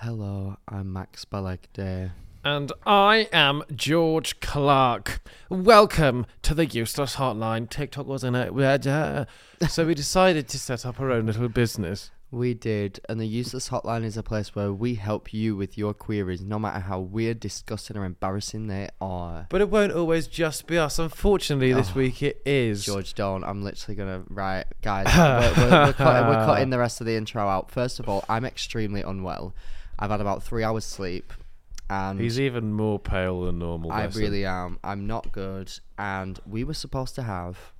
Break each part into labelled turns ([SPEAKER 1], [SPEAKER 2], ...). [SPEAKER 1] Hello, I'm Max Balagde.
[SPEAKER 2] And I am George Clark. Welcome to the Useless Hotline. TikTok wasn't it. We had, uh, So we decided to set up our own little business.
[SPEAKER 1] We did, and the Useless Hotline is a place where we help you with your queries, no matter how weird, disgusting, or embarrassing they are.
[SPEAKER 2] But it won't always just be us. Unfortunately, this
[SPEAKER 1] Oh,
[SPEAKER 2] week it is.
[SPEAKER 1] George, don't. I'm literally gonna right, guys. We're, we're, we're, cutting, we're cutting the rest of the intro out. First of all, I'm extremely unwell. I've had about three hours sleep, and
[SPEAKER 2] He's even more pale than normal.
[SPEAKER 1] I
[SPEAKER 2] Wesson.
[SPEAKER 1] really am. I'm not good. And we were supposed to have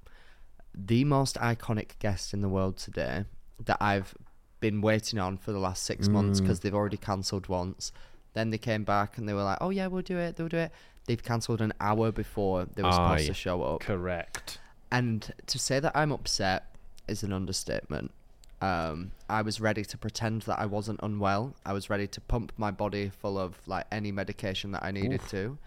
[SPEAKER 1] the most iconic guest in the world today that I've been waiting on for the last six months because they've already cancelled once. Then they came back and they were like, oh, yeah, we'll do it. They'll do it. They've cancelled an hour before they were supposed
[SPEAKER 2] Aye.
[SPEAKER 1] to show up.
[SPEAKER 2] Correct.
[SPEAKER 1] And to say that I'm upset is an understatement. Um, I was ready to pretend that I wasn't unwell. I was ready to pump my body full of like any medication that I needed to,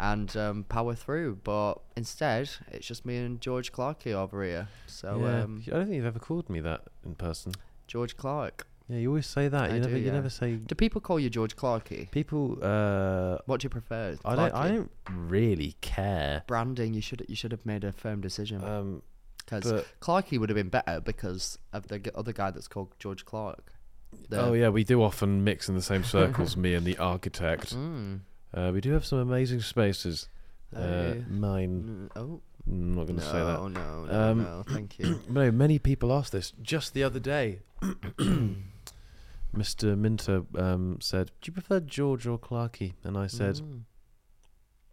[SPEAKER 1] and um, power through. But instead, it's just me and George Clarkey over here. So
[SPEAKER 2] Yeah.
[SPEAKER 1] um,
[SPEAKER 2] I don't think you've ever called me that in person.
[SPEAKER 1] George Clark.
[SPEAKER 2] Yeah, you always say that.
[SPEAKER 1] I
[SPEAKER 2] you
[SPEAKER 1] do,
[SPEAKER 2] never, you
[SPEAKER 1] yeah.
[SPEAKER 2] never say
[SPEAKER 1] Do people call you George Clarkey?
[SPEAKER 2] people. Uh,
[SPEAKER 1] What do you prefer?
[SPEAKER 2] I don't.
[SPEAKER 1] Clarkey?
[SPEAKER 2] I don't really care.
[SPEAKER 1] Branding. You should. You should have made a firm decision
[SPEAKER 2] Um,
[SPEAKER 1] because
[SPEAKER 2] but-
[SPEAKER 1] Clarkey would have been better because of the g- other guy that's called George Clark. The-
[SPEAKER 2] Oh yeah, we do often mix in the same circles. me and the architect.
[SPEAKER 1] Mm.
[SPEAKER 2] Uh, we do have some amazing spaces. Uh,
[SPEAKER 1] Hey.
[SPEAKER 2] mine.
[SPEAKER 1] Mm, Oh
[SPEAKER 2] I'm not going
[SPEAKER 1] no, oh,
[SPEAKER 2] to say that.
[SPEAKER 1] no, no,
[SPEAKER 2] Um,
[SPEAKER 1] no! Thank you.
[SPEAKER 2] No, many people asked this just the other day. Mr. Minter um, said, "Do you prefer George or Clarkey?" And I said,
[SPEAKER 1] Mm.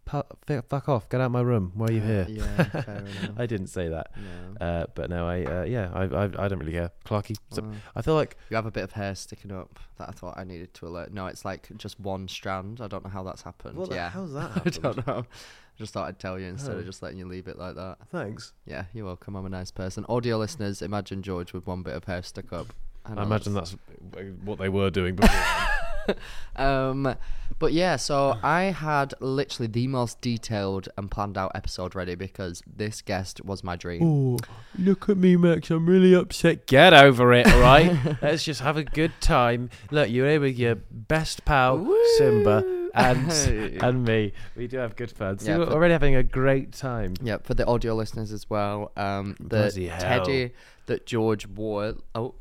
[SPEAKER 2] "Pa- f- "Fuck off! Get out my room. Why are you
[SPEAKER 1] Uh,
[SPEAKER 2] here?"
[SPEAKER 1] Yeah, fair enough.
[SPEAKER 2] I didn't say that.
[SPEAKER 1] no.
[SPEAKER 2] Uh, but no, I uh, yeah, I, I I don't really care. Clarkey. So
[SPEAKER 1] Well,
[SPEAKER 2] I feel like
[SPEAKER 1] you have a bit of hair sticking up that I thought I needed to alert. No, it's like just one strand. I don't know how that's happened.
[SPEAKER 2] Well,
[SPEAKER 1] yeah,
[SPEAKER 2] how's that
[SPEAKER 1] I
[SPEAKER 2] happened?
[SPEAKER 1] don't know. I just thought I'd tell you instead
[SPEAKER 2] Oh.
[SPEAKER 1] of just letting you leave it like that.
[SPEAKER 2] thanks.
[SPEAKER 1] Yeah, you're welcome. I'm a nice person. Audio listeners, imagine George with one bit of hair stuck up. know
[SPEAKER 2] I imagine
[SPEAKER 1] that's-
[SPEAKER 2] that's what they were doing before.
[SPEAKER 1] Um, but yeah, so I had literally the most detailed and planned out episode ready because this guest was my dream.
[SPEAKER 2] Oh, look at me, Max. I'm really upset. Get over it, all right? Let's just have a good time. Look, you're here with your best pal, Simba, and
[SPEAKER 1] Hey.
[SPEAKER 2] and me. We do have good fun. So
[SPEAKER 1] Yeah,
[SPEAKER 2] we're
[SPEAKER 1] but-
[SPEAKER 2] already having a great time.
[SPEAKER 1] Yeah, for the audio listeners as well, um, the
[SPEAKER 2] Bloody hell.
[SPEAKER 1] teddy that George wore, oh,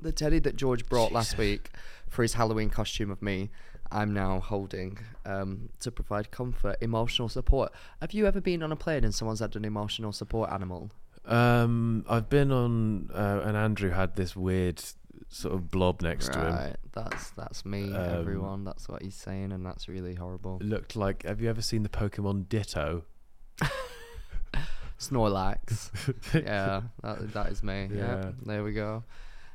[SPEAKER 1] the teddy that George brought last week for his Halloween costume of me, I'm now holding um, to provide comfort, emotional support. Have you ever been on a plane and someone's had an emotional support animal?
[SPEAKER 2] Um, I've been on, uh, and Andrew had this weird sort of blob next to him. Um,
[SPEAKER 1] Right, that's that's me, everyone. That's what he's saying, and that's really horrible.
[SPEAKER 2] It Looked like. Have you ever seen the Pokemon Ditto?
[SPEAKER 1] Snorlax. yeah, that, that is me. Yeah.
[SPEAKER 2] Yeah.
[SPEAKER 1] there we go.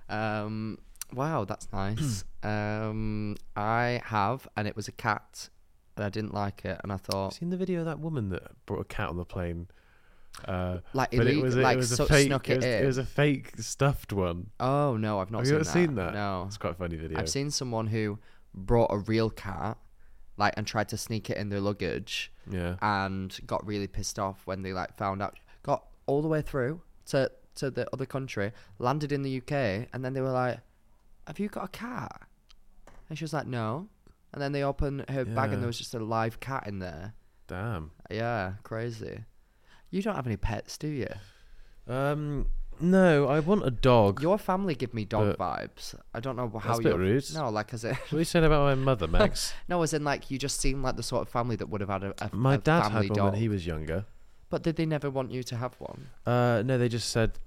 [SPEAKER 1] Um, wow, that's nice. um, I have, and it was a cat, and I didn't like it, and I thought,
[SPEAKER 2] Seen the video of that woman that brought a cat on the plane. Uh,
[SPEAKER 1] like,
[SPEAKER 2] but it
[SPEAKER 1] illegal,
[SPEAKER 2] was a,
[SPEAKER 1] like,
[SPEAKER 2] it was a
[SPEAKER 1] so-
[SPEAKER 2] fake.
[SPEAKER 1] snuck
[SPEAKER 2] it,
[SPEAKER 1] it,
[SPEAKER 2] was,
[SPEAKER 1] in.
[SPEAKER 2] it was a fake stuffed one.
[SPEAKER 1] oh no, I've not
[SPEAKER 2] Have
[SPEAKER 1] seen,
[SPEAKER 2] you ever
[SPEAKER 1] that.
[SPEAKER 2] seen that?
[SPEAKER 1] No,
[SPEAKER 2] It's quite a funny video.
[SPEAKER 1] I've seen someone who brought a real cat, like, and tried to sneak it in their luggage.
[SPEAKER 2] yeah.
[SPEAKER 1] and got really pissed off when they like found out got all the way through to to the other country landed in the UK and then they were like have you got a cat and she was like no and then they opened her bag
[SPEAKER 2] Yeah.
[SPEAKER 1] and there was just a live cat in there
[SPEAKER 2] Damn.
[SPEAKER 1] yeah crazy you don't have any pets do you
[SPEAKER 2] Um, no, I want a dog.
[SPEAKER 1] your family give me dog vibes I don't know how
[SPEAKER 2] That's a bit
[SPEAKER 1] your-
[SPEAKER 2] rude.
[SPEAKER 1] no like as it
[SPEAKER 2] What are you saying about my mother, Max?
[SPEAKER 1] no as in like you just seem like the sort of family that would have had a, a
[SPEAKER 2] my
[SPEAKER 1] a
[SPEAKER 2] dad
[SPEAKER 1] family
[SPEAKER 2] had one
[SPEAKER 1] dog
[SPEAKER 2] when he was younger.
[SPEAKER 1] but did they never want you to have one
[SPEAKER 2] Uh, no, they just said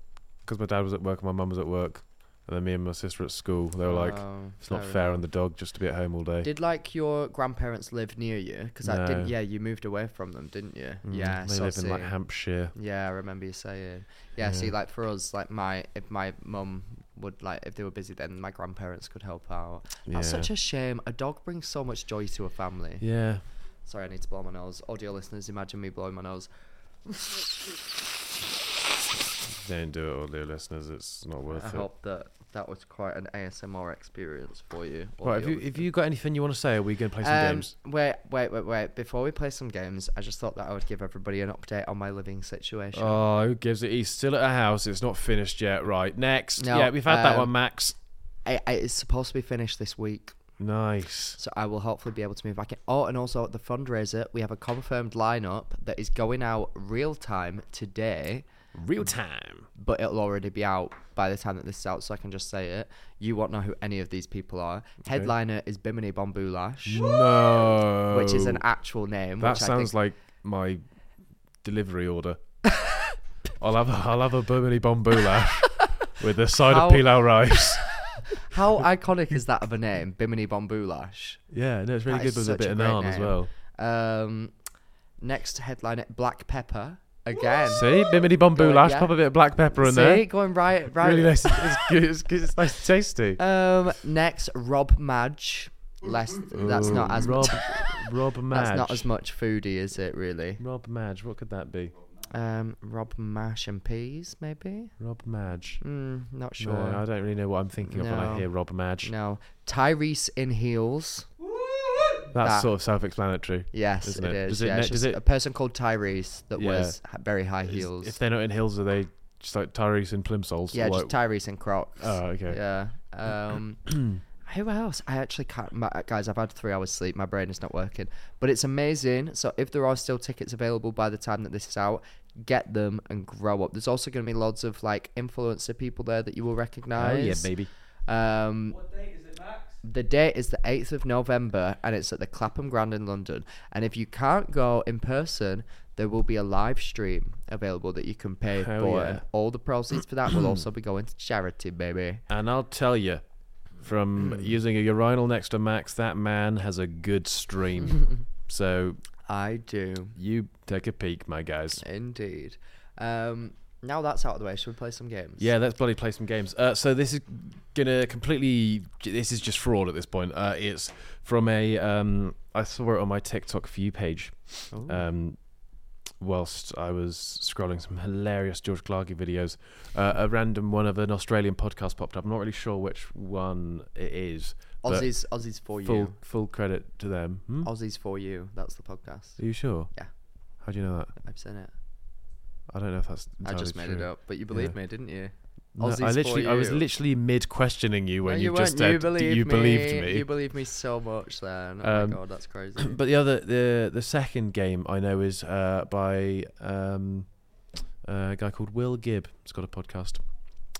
[SPEAKER 2] because my dad was at work and my mum was at work, and then me and my sister at school. They were like,
[SPEAKER 1] Oh,
[SPEAKER 2] "It's not
[SPEAKER 1] fair
[SPEAKER 2] fair on the dog just to be at home all day."
[SPEAKER 1] Did like your grandparents live near you? Because I
[SPEAKER 2] No.
[SPEAKER 1] didn't. Yeah, you moved away from them, didn't you?
[SPEAKER 2] Mm,
[SPEAKER 1] yeah,
[SPEAKER 2] they
[SPEAKER 1] so
[SPEAKER 2] live in like
[SPEAKER 1] see-
[SPEAKER 2] Hampshire.
[SPEAKER 1] yeah, I remember you saying. Yeah, see,
[SPEAKER 2] Yeah.
[SPEAKER 1] like for us, like my if my mum would like if they were busy, then my grandparents could help out.
[SPEAKER 2] Yeah.
[SPEAKER 1] That's such a shame. A dog brings so much joy to a family.
[SPEAKER 2] yeah.
[SPEAKER 1] Sorry, I need to blow my nose. Audio listeners, imagine me blowing my nose.
[SPEAKER 2] Don't do it, all dear listeners. It's not worth
[SPEAKER 1] I
[SPEAKER 2] it.
[SPEAKER 1] hope that that was quite an ASMR experience for you.
[SPEAKER 2] Right, have
[SPEAKER 1] audio
[SPEAKER 2] you if you got anything you want to say, are we going to play some
[SPEAKER 1] Um,
[SPEAKER 2] games?
[SPEAKER 1] Wait, wait, wait, wait. Before we play some games, I just thought that I would give everybody an update on my living situation.
[SPEAKER 2] Oh, who gives it? He's still at a house. It's not finished yet. Right, next.
[SPEAKER 1] No,
[SPEAKER 2] yeah, we've had that
[SPEAKER 1] um,
[SPEAKER 2] one, Max.
[SPEAKER 1] I, I, it's supposed to be finished this week.
[SPEAKER 2] Nice.
[SPEAKER 1] So I will hopefully be able to move back in. Oh, and also at the fundraiser, we have a confirmed lineup that is going out real time today,
[SPEAKER 2] Real time.
[SPEAKER 1] but it'll already be out by the time that this is out, so I can just say it. You won't know who any of these people are. Headliner is Bimini Bombulash,
[SPEAKER 2] No.
[SPEAKER 1] which is an actual name.
[SPEAKER 2] That
[SPEAKER 1] which
[SPEAKER 2] sounds
[SPEAKER 1] I
[SPEAKER 2] like my delivery order. I'll have a, I'll have a Burmese bombulash with a side
[SPEAKER 1] How-
[SPEAKER 2] of pilau rice.
[SPEAKER 1] think, how iconic is that of a name, Bimini Bombulash?
[SPEAKER 2] yeah, no, it's really
[SPEAKER 1] That
[SPEAKER 2] good
[SPEAKER 1] is
[SPEAKER 2] with a
[SPEAKER 1] such
[SPEAKER 2] bit
[SPEAKER 1] a
[SPEAKER 2] of
[SPEAKER 1] great
[SPEAKER 2] naan as
[SPEAKER 1] name.
[SPEAKER 2] well.
[SPEAKER 1] Um, next headliner, Black Pepper again.
[SPEAKER 2] See, Bimini bombulash,
[SPEAKER 1] Um, yeah.
[SPEAKER 2] pop a bit of black pepper in
[SPEAKER 1] See,
[SPEAKER 2] there.
[SPEAKER 1] going right, right.
[SPEAKER 2] Really nice. It's good. It's, good. it's nice and tasty.
[SPEAKER 1] Um, next, Rob Madge. Less, that's not
[SPEAKER 2] Ooh,
[SPEAKER 1] as
[SPEAKER 2] Rob,
[SPEAKER 1] much.
[SPEAKER 2] Rob Madge.
[SPEAKER 1] That's not as much foodie, is it? Really?
[SPEAKER 2] Rob Madge. What could that be?
[SPEAKER 1] Um, Rob Mash and Peas, maybe.
[SPEAKER 2] Rob Madge.
[SPEAKER 1] Mm, not sure.
[SPEAKER 2] No, I
[SPEAKER 1] No,
[SPEAKER 2] don't really know what I'm thinking of when I
[SPEAKER 1] No.
[SPEAKER 2] hear Rob Madge.
[SPEAKER 1] Tyrese in heels.
[SPEAKER 2] That's
[SPEAKER 1] That-
[SPEAKER 2] sort of self-explanatory.
[SPEAKER 1] Yes,
[SPEAKER 2] Isn't
[SPEAKER 1] it
[SPEAKER 2] it?
[SPEAKER 1] is.
[SPEAKER 2] Does it
[SPEAKER 1] yeah,
[SPEAKER 2] ne-
[SPEAKER 1] it's
[SPEAKER 2] does
[SPEAKER 1] just
[SPEAKER 2] it-
[SPEAKER 1] a person called Tyrese that
[SPEAKER 2] Yeah.
[SPEAKER 1] wears h- very high
[SPEAKER 2] Is-
[SPEAKER 1] heels.
[SPEAKER 2] If they're not in hills, are they just like Tyrese and Plimsolls?
[SPEAKER 1] yeah,
[SPEAKER 2] Or
[SPEAKER 1] just
[SPEAKER 2] like-
[SPEAKER 1] Tyrese and Crocs.
[SPEAKER 2] Oh, okay.
[SPEAKER 1] Yeah. Um, who else? I actually can't. My, guys, I've had three hours sleep. My brain is not working. But it's amazing. So if there are still tickets available by the time that this is out, get them and grow up. There's also going to be loads of like influencer people there that you will recognize.
[SPEAKER 2] baby.
[SPEAKER 1] Um, the date is the 8th of November and it's at the Clapham Grand in London. And if you can't go in person, there will be a live stream available that you can pay
[SPEAKER 2] Hell
[SPEAKER 1] for.
[SPEAKER 2] yeah.
[SPEAKER 1] And all the proceeds for that will also be going to charity, baby.
[SPEAKER 2] And I'll tell you,
[SPEAKER 1] Mm.
[SPEAKER 2] from using a urinal next to Max, that man has a good stream. so
[SPEAKER 1] I do.
[SPEAKER 2] you take a peek, my guys.
[SPEAKER 1] Indeed. Um, now that's out of the way, should we play some games?
[SPEAKER 2] Yeah, let's bloody play some games. Uh, so this is gonna completely. This is just fraud at this point. Uh, it's from a. Um, I saw it on my TikTok for you page.
[SPEAKER 1] Ooh.
[SPEAKER 2] um, whilst I was scrolling some hilarious George Clarkey videos, uh, a random one of an Australian podcast popped up. I'm not really sure which one it is. but
[SPEAKER 1] Aussies, Aussies for
[SPEAKER 2] full
[SPEAKER 1] you.
[SPEAKER 2] full credit to them. Hmm?
[SPEAKER 1] Aussies for you. That's the podcast.
[SPEAKER 2] Are you sure?
[SPEAKER 1] Yeah.
[SPEAKER 2] How do you know that?
[SPEAKER 1] I've seen it.
[SPEAKER 2] I don't know if that's.
[SPEAKER 1] I
[SPEAKER 2] entirely
[SPEAKER 1] just made it
[SPEAKER 2] true.
[SPEAKER 1] up, but you believed me, didn't you? Aussies
[SPEAKER 2] I
[SPEAKER 1] for
[SPEAKER 2] literally, I was
[SPEAKER 1] you.
[SPEAKER 2] literally mid questioning you when
[SPEAKER 1] No,
[SPEAKER 2] you, just
[SPEAKER 1] weren't.
[SPEAKER 2] said that you believed me.
[SPEAKER 1] You believed me so much then. Oh
[SPEAKER 2] Um,
[SPEAKER 1] my god, that's crazy.
[SPEAKER 2] but the other, the the second game I know is uh, by um, a guy called Will Gibb. He's got a podcast,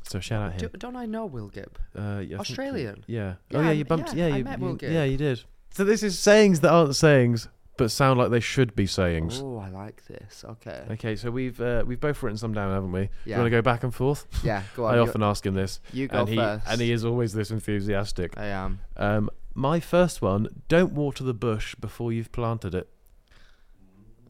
[SPEAKER 2] so shout out him.
[SPEAKER 1] Do, don't I know Will Gibb?
[SPEAKER 2] Uh, yeah, I think you-
[SPEAKER 1] Australian?
[SPEAKER 2] yeah.
[SPEAKER 1] Yeah,
[SPEAKER 2] Oh yeah,
[SPEAKER 1] I-
[SPEAKER 2] you bumped.
[SPEAKER 1] yeah,
[SPEAKER 2] Yeah,
[SPEAKER 1] I
[SPEAKER 2] you,
[SPEAKER 1] met Will
[SPEAKER 2] you-
[SPEAKER 1] Gibb.
[SPEAKER 2] yeah, you did. So this is sayings that aren't sayings, but sound like they should be sayings.
[SPEAKER 1] Oh, I like this. Okay.
[SPEAKER 2] Okay, so we've uh, we've both written some down, haven't we? Do you
[SPEAKER 1] Yeah.
[SPEAKER 2] want to go back and forth?
[SPEAKER 1] Yeah. Go on.
[SPEAKER 2] I
[SPEAKER 1] you,
[SPEAKER 2] often ask him this,
[SPEAKER 1] you go
[SPEAKER 2] and he
[SPEAKER 1] first.
[SPEAKER 2] and he is always this enthusiastic.
[SPEAKER 1] I am.
[SPEAKER 2] Um, my first one: don't water the bush before you've planted it.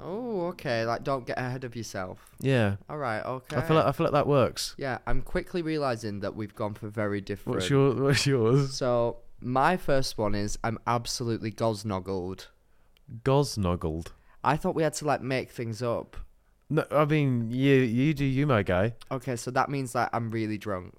[SPEAKER 1] Oh, okay. Like, don't get ahead of yourself.
[SPEAKER 2] Yeah,
[SPEAKER 1] All right. Okay.
[SPEAKER 2] I feel like I feel like that works.
[SPEAKER 1] yeah, I'm quickly realizing that we've gone for very different.
[SPEAKER 2] What's your What's yours?
[SPEAKER 1] So my first one is I'm absolutely gosnoggled.
[SPEAKER 2] Gosnoggled.
[SPEAKER 1] I thought we had to like make things up.
[SPEAKER 2] No, I mean you. You do you, my guy.
[SPEAKER 1] Okay, so that means like I'm really drunk.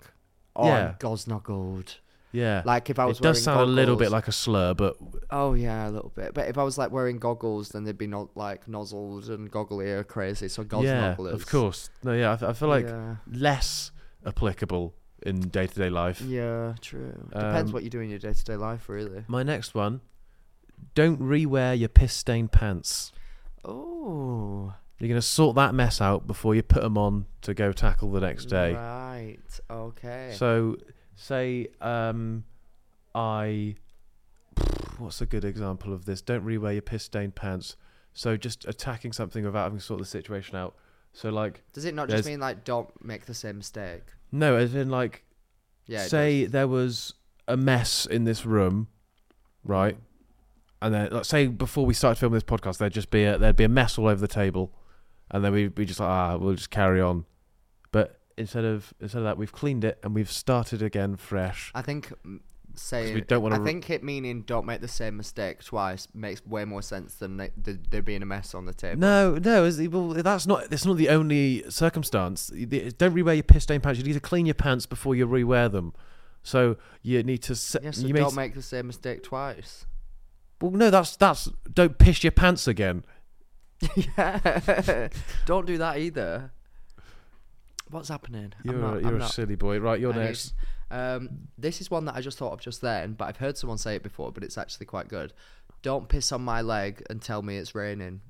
[SPEAKER 1] Or
[SPEAKER 2] Yeah.
[SPEAKER 1] I'm gosnoggled.
[SPEAKER 2] Yeah.
[SPEAKER 1] Like if I was
[SPEAKER 2] it does
[SPEAKER 1] wearing
[SPEAKER 2] sound a little
[SPEAKER 1] goggles-
[SPEAKER 2] bit like a slur, but
[SPEAKER 1] Oh yeah, a little bit. But if I was like wearing goggles, then they'd be not like nozzled and goggly or crazy. So
[SPEAKER 2] yeah,
[SPEAKER 1] gosnogglers.
[SPEAKER 2] of course. No, yeah, I, f- I feel like
[SPEAKER 1] yeah,
[SPEAKER 2] less applicable in day to day life.
[SPEAKER 1] yeah, true. Depends
[SPEAKER 2] Um,
[SPEAKER 1] what you do in your day to day life, really.
[SPEAKER 2] My next one: don't rewear your piss stained pants.
[SPEAKER 1] Oh,
[SPEAKER 2] You're gonna sort that mess out before you put them on to go tackle the next day.
[SPEAKER 1] Right. Okay.
[SPEAKER 2] So, say um, I. What's a good example of this? Don't rewear your piss stained pants. So just attacking something without having sorted the situation out. So like
[SPEAKER 1] Does it not just
[SPEAKER 2] there's-
[SPEAKER 1] mean like don't make the same mistake?
[SPEAKER 2] no, as in like
[SPEAKER 1] Yeah. it
[SPEAKER 2] say
[SPEAKER 1] does.
[SPEAKER 2] there was a mess in this room, right? And then, like, say before we started filming this podcast, there'd just be a, there'd be a mess all over the table, and then we'd be just like, ah, we'll just carry on. But instead of instead of that, we've cleaned it and we've started again fresh.
[SPEAKER 1] I think mm, saying
[SPEAKER 2] we don't wanna
[SPEAKER 1] I
[SPEAKER 2] re-
[SPEAKER 1] think it meaning don't make the same mistake twice makes way more sense than they, the, there being a mess on the table.
[SPEAKER 2] No, no, is- well, that's not that's not the only circumstance. The- Don't rewear your piss stained pants. You need to clean your pants before you rewear them. So you need to se-
[SPEAKER 1] Yes, so
[SPEAKER 2] you may
[SPEAKER 1] don't
[SPEAKER 2] s-
[SPEAKER 1] make the same mistake twice.
[SPEAKER 2] well, no, that's that's don't piss your pants again.
[SPEAKER 1] yeah. Don't do that either. What's happening?
[SPEAKER 2] You're,
[SPEAKER 1] I'm not,
[SPEAKER 2] a, you're
[SPEAKER 1] I'm
[SPEAKER 2] a
[SPEAKER 1] not,
[SPEAKER 2] silly boy. Right, you're
[SPEAKER 1] I need-
[SPEAKER 2] next.
[SPEAKER 1] Um, this is one that I just thought of just then, but I've heard someone say it before, but it's actually quite good. Don't piss on my leg and tell me it's raining.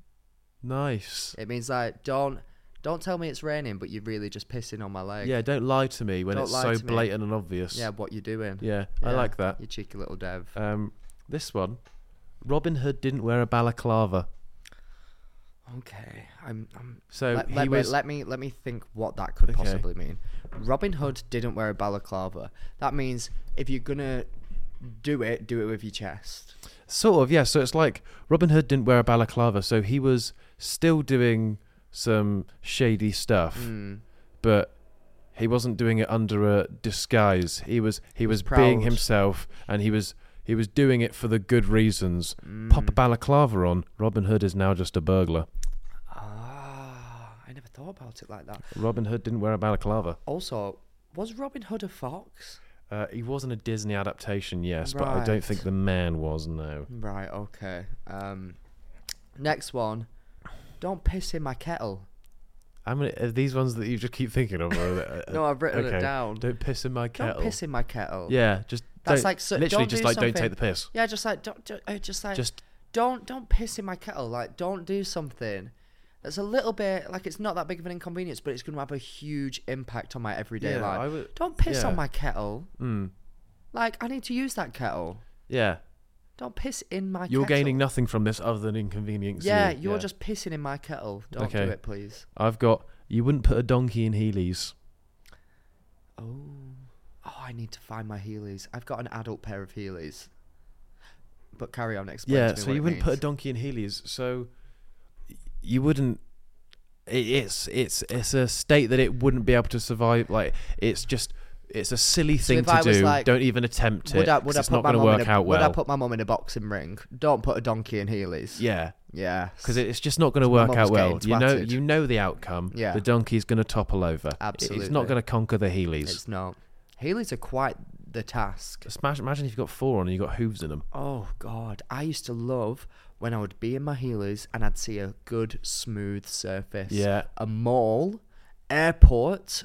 [SPEAKER 2] Nice.
[SPEAKER 1] It means like don't don't tell me it's raining, but you're really just pissing on my leg.
[SPEAKER 2] Yeah, don't lie to me when
[SPEAKER 1] Don't
[SPEAKER 2] it's
[SPEAKER 1] lie
[SPEAKER 2] so
[SPEAKER 1] to me.
[SPEAKER 2] blatant and obvious.
[SPEAKER 1] Yeah, what you're doing.
[SPEAKER 2] Yeah, I
[SPEAKER 1] Yeah.
[SPEAKER 2] like that.
[SPEAKER 1] You cheeky little dev.
[SPEAKER 2] Um, this one, Robin Hood didn't wear a balaclava,
[SPEAKER 1] Okay, I'm. I'm
[SPEAKER 2] so
[SPEAKER 1] let,
[SPEAKER 2] he
[SPEAKER 1] let me-
[SPEAKER 2] was.
[SPEAKER 1] let me let me think what that could
[SPEAKER 2] Okay.
[SPEAKER 1] possibly mean. Robin Hood didn't wear a balaclava. That means if you're gonna do it, do it with your chest.
[SPEAKER 2] Sort of, yeah. So it's like Robin Hood didn't wear a balaclava, so he was still doing some shady stuff,
[SPEAKER 1] Mm.
[SPEAKER 2] but he wasn't doing it under a disguise. He was he was being
[SPEAKER 1] proud.
[SPEAKER 2] himself, and he was he was doing it for the good reasons.
[SPEAKER 1] Hmm.
[SPEAKER 2] Pop a balaclava on. Robin Hood is now just a burglar.
[SPEAKER 1] Ah, I never thought about it like that.
[SPEAKER 2] Robin Hood didn't wear a balaclava.
[SPEAKER 1] Also, was Robin Hood a fox?
[SPEAKER 2] Uh, he wasn't a Disney adaptation, yes, but I don't
[SPEAKER 1] Right.
[SPEAKER 2] think the man was. No.
[SPEAKER 1] Right. Okay. Um, next one. Don't piss in my kettle.
[SPEAKER 2] I mean, are these ones that you just keep thinking of? Or are they- uh,
[SPEAKER 1] No, I've written
[SPEAKER 2] okay.
[SPEAKER 1] it down.
[SPEAKER 2] Don't piss in my kettle.
[SPEAKER 1] Don't piss in my kettle.
[SPEAKER 2] Yeah, just
[SPEAKER 1] That's
[SPEAKER 2] don't-
[SPEAKER 1] like so-
[SPEAKER 2] literally
[SPEAKER 1] don't
[SPEAKER 2] just
[SPEAKER 1] do
[SPEAKER 2] like don't
[SPEAKER 1] something-
[SPEAKER 2] take the piss.
[SPEAKER 1] Yeah, just like don't, do uh, just like
[SPEAKER 2] Just
[SPEAKER 1] don't don't piss in my kettle. Like don't do something. That's a little bit like it's not that big of an inconvenience, but it's going to have a huge impact on my everyday
[SPEAKER 2] Yeah,
[SPEAKER 1] life.
[SPEAKER 2] I would-
[SPEAKER 1] don't piss
[SPEAKER 2] yeah.
[SPEAKER 1] on my kettle.
[SPEAKER 2] mm,
[SPEAKER 1] Like I need to use that kettle.
[SPEAKER 2] yeah.
[SPEAKER 1] Don't piss in my.
[SPEAKER 2] You're
[SPEAKER 1] kettle.
[SPEAKER 2] gaining nothing from this other than inconvenience. to
[SPEAKER 1] Yeah,
[SPEAKER 2] you.
[SPEAKER 1] you're just pissing in my kettle. Don't
[SPEAKER 2] Okay.
[SPEAKER 1] do it, please.
[SPEAKER 2] I've got. You wouldn't put a donkey in Heelys.
[SPEAKER 1] Oh. Oh, I need to find my Heelys. I've got an adult pair of Heelys. But carry on, explain.
[SPEAKER 2] Yeah,
[SPEAKER 1] to me
[SPEAKER 2] so
[SPEAKER 1] what
[SPEAKER 2] you
[SPEAKER 1] it
[SPEAKER 2] wouldn't put a
[SPEAKER 1] means.
[SPEAKER 2] donkey in Heelys. So y- you wouldn't. i- It's it's it's a state that it wouldn't be able to survive. Like it's just it's a silly thing
[SPEAKER 1] if I
[SPEAKER 2] to
[SPEAKER 1] was
[SPEAKER 2] do.
[SPEAKER 1] like,
[SPEAKER 2] Don't even attempt it.
[SPEAKER 1] Would I,
[SPEAKER 2] 'cause
[SPEAKER 1] would I
[SPEAKER 2] it's
[SPEAKER 1] put
[SPEAKER 2] not
[SPEAKER 1] my
[SPEAKER 2] going to
[SPEAKER 1] mum
[SPEAKER 2] work
[SPEAKER 1] in a,
[SPEAKER 2] out well.
[SPEAKER 1] Would I put my mum in a boxing ring? Don't put a donkey in Heelys.
[SPEAKER 2] yeah,
[SPEAKER 1] Yeah.
[SPEAKER 2] because it's just not going to
[SPEAKER 1] My
[SPEAKER 2] work out
[SPEAKER 1] mum's
[SPEAKER 2] well.
[SPEAKER 1] getting
[SPEAKER 2] You know,
[SPEAKER 1] twatted.
[SPEAKER 2] you know the outcome.
[SPEAKER 1] Yeah.
[SPEAKER 2] the donkey's going to topple over. It- it's not
[SPEAKER 1] Absolutely.
[SPEAKER 2] going to conquer the Heelys.
[SPEAKER 1] It's not. Heelys are quite the task.
[SPEAKER 2] Smash, imagine if you've got four on and you've got hooves in them.
[SPEAKER 1] Oh, God. I used to love when I would be in my Heelys and I'd see a good, smooth surface.
[SPEAKER 2] Yeah.
[SPEAKER 1] A mall, airport.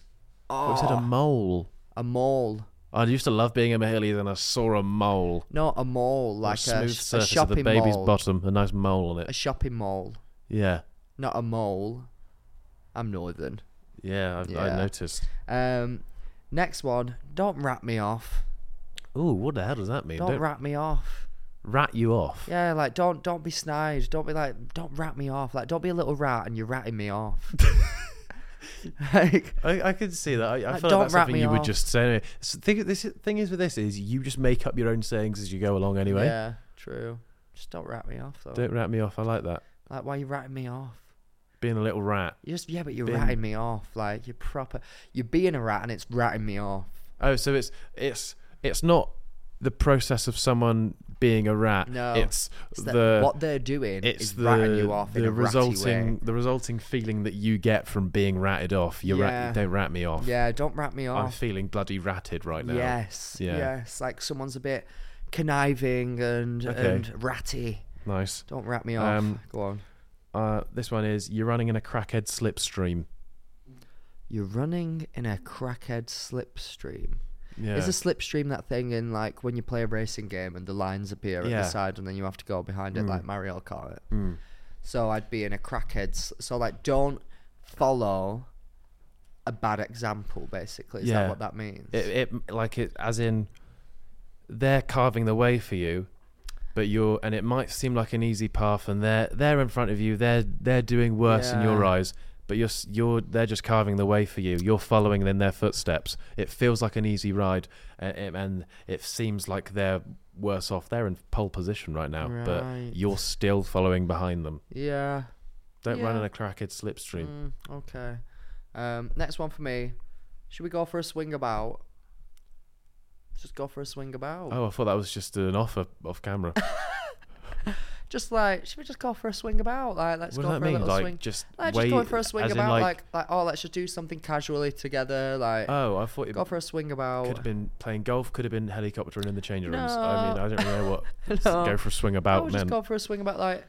[SPEAKER 2] Oh.
[SPEAKER 1] Oh,
[SPEAKER 2] I said a mole.
[SPEAKER 1] a mall.
[SPEAKER 2] I used to love being in a Heelys and I saw a mole.
[SPEAKER 1] No, a mall, like
[SPEAKER 2] A
[SPEAKER 1] a,
[SPEAKER 2] smooth
[SPEAKER 1] sh- a
[SPEAKER 2] surface of
[SPEAKER 1] shopping
[SPEAKER 2] the baby's
[SPEAKER 1] mall.
[SPEAKER 2] bottom, a nice mole on
[SPEAKER 1] A
[SPEAKER 2] it.
[SPEAKER 1] shopping mall,
[SPEAKER 2] Yeah.
[SPEAKER 1] not a mole. I'm northern.
[SPEAKER 2] Yeah, I've, I
[SPEAKER 1] Yeah.
[SPEAKER 2] noticed.
[SPEAKER 1] Um, next one. Don't rat me off.
[SPEAKER 2] Ooh, what the hell does that mean?
[SPEAKER 1] Don't,
[SPEAKER 2] Don't, rat,
[SPEAKER 1] rat me off.
[SPEAKER 2] you off.
[SPEAKER 1] Yeah, like don't don't be snide. Don't be like don't rat me off. Like don't be a little rat and you're ratting me off. like
[SPEAKER 2] I, I could see that. I, I
[SPEAKER 1] Like,
[SPEAKER 2] feel like
[SPEAKER 1] don't
[SPEAKER 2] that's
[SPEAKER 1] rat
[SPEAKER 2] something
[SPEAKER 1] me
[SPEAKER 2] you would
[SPEAKER 1] off.
[SPEAKER 2] just say. Anyway. So thing, this thing is with this is you just make up your own sayings as you go along. Anyway,
[SPEAKER 1] yeah, true. Just don't rat me off though.
[SPEAKER 2] don't rat me off. I like that.
[SPEAKER 1] Like why are you ratting me off?
[SPEAKER 2] Being a little rat.
[SPEAKER 1] You just yeah, but you're
[SPEAKER 2] Been-
[SPEAKER 1] ratting me off. Like you're proper. You're being a rat and it's ratting me off.
[SPEAKER 2] Oh, so it's it's it's not the process of someone being a rat.
[SPEAKER 1] No.
[SPEAKER 2] it's,
[SPEAKER 1] It's
[SPEAKER 2] the,
[SPEAKER 1] that what they're doing
[SPEAKER 2] it's
[SPEAKER 1] is
[SPEAKER 2] the,
[SPEAKER 1] ratting you off
[SPEAKER 2] the
[SPEAKER 1] in a ratty
[SPEAKER 2] resulting
[SPEAKER 1] way.
[SPEAKER 2] the resulting feeling that you get from being ratted off. You
[SPEAKER 1] Yeah.
[SPEAKER 2] rat, don't rat me off.
[SPEAKER 1] Yeah, don't rat me
[SPEAKER 2] I'm
[SPEAKER 1] off.
[SPEAKER 2] feeling bloody ratted right now.
[SPEAKER 1] Yes,
[SPEAKER 2] Yeah.
[SPEAKER 1] yes. Like someone's a bit conniving and
[SPEAKER 2] Okay.
[SPEAKER 1] and ratty.
[SPEAKER 2] Nice.
[SPEAKER 1] Don't rat me off.
[SPEAKER 2] Um,
[SPEAKER 1] Go on.
[SPEAKER 2] Uh, this one is you're running in a crackhead slipstream.
[SPEAKER 1] You're running in a crackhead slipstream.
[SPEAKER 2] Yeah.
[SPEAKER 1] Is a slipstream that thing in like when you play a racing game and the lines appear at
[SPEAKER 2] Yeah.
[SPEAKER 1] the side and then you have to go behind it like Mario Kart?
[SPEAKER 2] Mm.
[SPEAKER 1] So I'd be in a crackhead. s- So like, don't follow a bad example. Basically, is
[SPEAKER 2] Yeah.
[SPEAKER 1] that what that means?
[SPEAKER 2] It, it like it as in they're carving the way for you, but you're and it might seem like an easy path, and they're they're in front of you. They're they're doing worse in your
[SPEAKER 1] Yeah.
[SPEAKER 2] eyes, but you're s- you're they're just carving the way for you. You're following in their footsteps. It feels like an easy ride, and it, and it seems like they're worse off. They're in pole position right now,
[SPEAKER 1] Right.
[SPEAKER 2] but you're still following behind them.
[SPEAKER 1] yeah.
[SPEAKER 2] Don't run
[SPEAKER 1] Yeah.
[SPEAKER 2] in a crackhead slipstream.
[SPEAKER 1] Mm, okay. Um, next one for me. Should we go for a swing about? Just go for a swing about.
[SPEAKER 2] Oh, I thought that was just an offer off camera.
[SPEAKER 1] Just like, should we just go for a swing about? Like, let's
[SPEAKER 2] what
[SPEAKER 1] go
[SPEAKER 2] does that
[SPEAKER 1] for a
[SPEAKER 2] mean?
[SPEAKER 1] little
[SPEAKER 2] Like
[SPEAKER 1] swing.
[SPEAKER 2] just
[SPEAKER 1] Like,
[SPEAKER 2] way,
[SPEAKER 1] just going for a swing
[SPEAKER 2] as in,
[SPEAKER 1] about. Like, like, oh, let's just do something casually together. Like,
[SPEAKER 2] Oh, I thought it
[SPEAKER 1] go for a swing
[SPEAKER 2] could
[SPEAKER 1] about.
[SPEAKER 2] have been playing golf, could have been helicoptering in the changing rooms. I mean,
[SPEAKER 1] Oh. No.
[SPEAKER 2] I don't really know what s-
[SPEAKER 1] No.
[SPEAKER 2] go for a swing
[SPEAKER 1] Oh,
[SPEAKER 2] about
[SPEAKER 1] we'll
[SPEAKER 2] meant.
[SPEAKER 1] just go for a swing about. Like,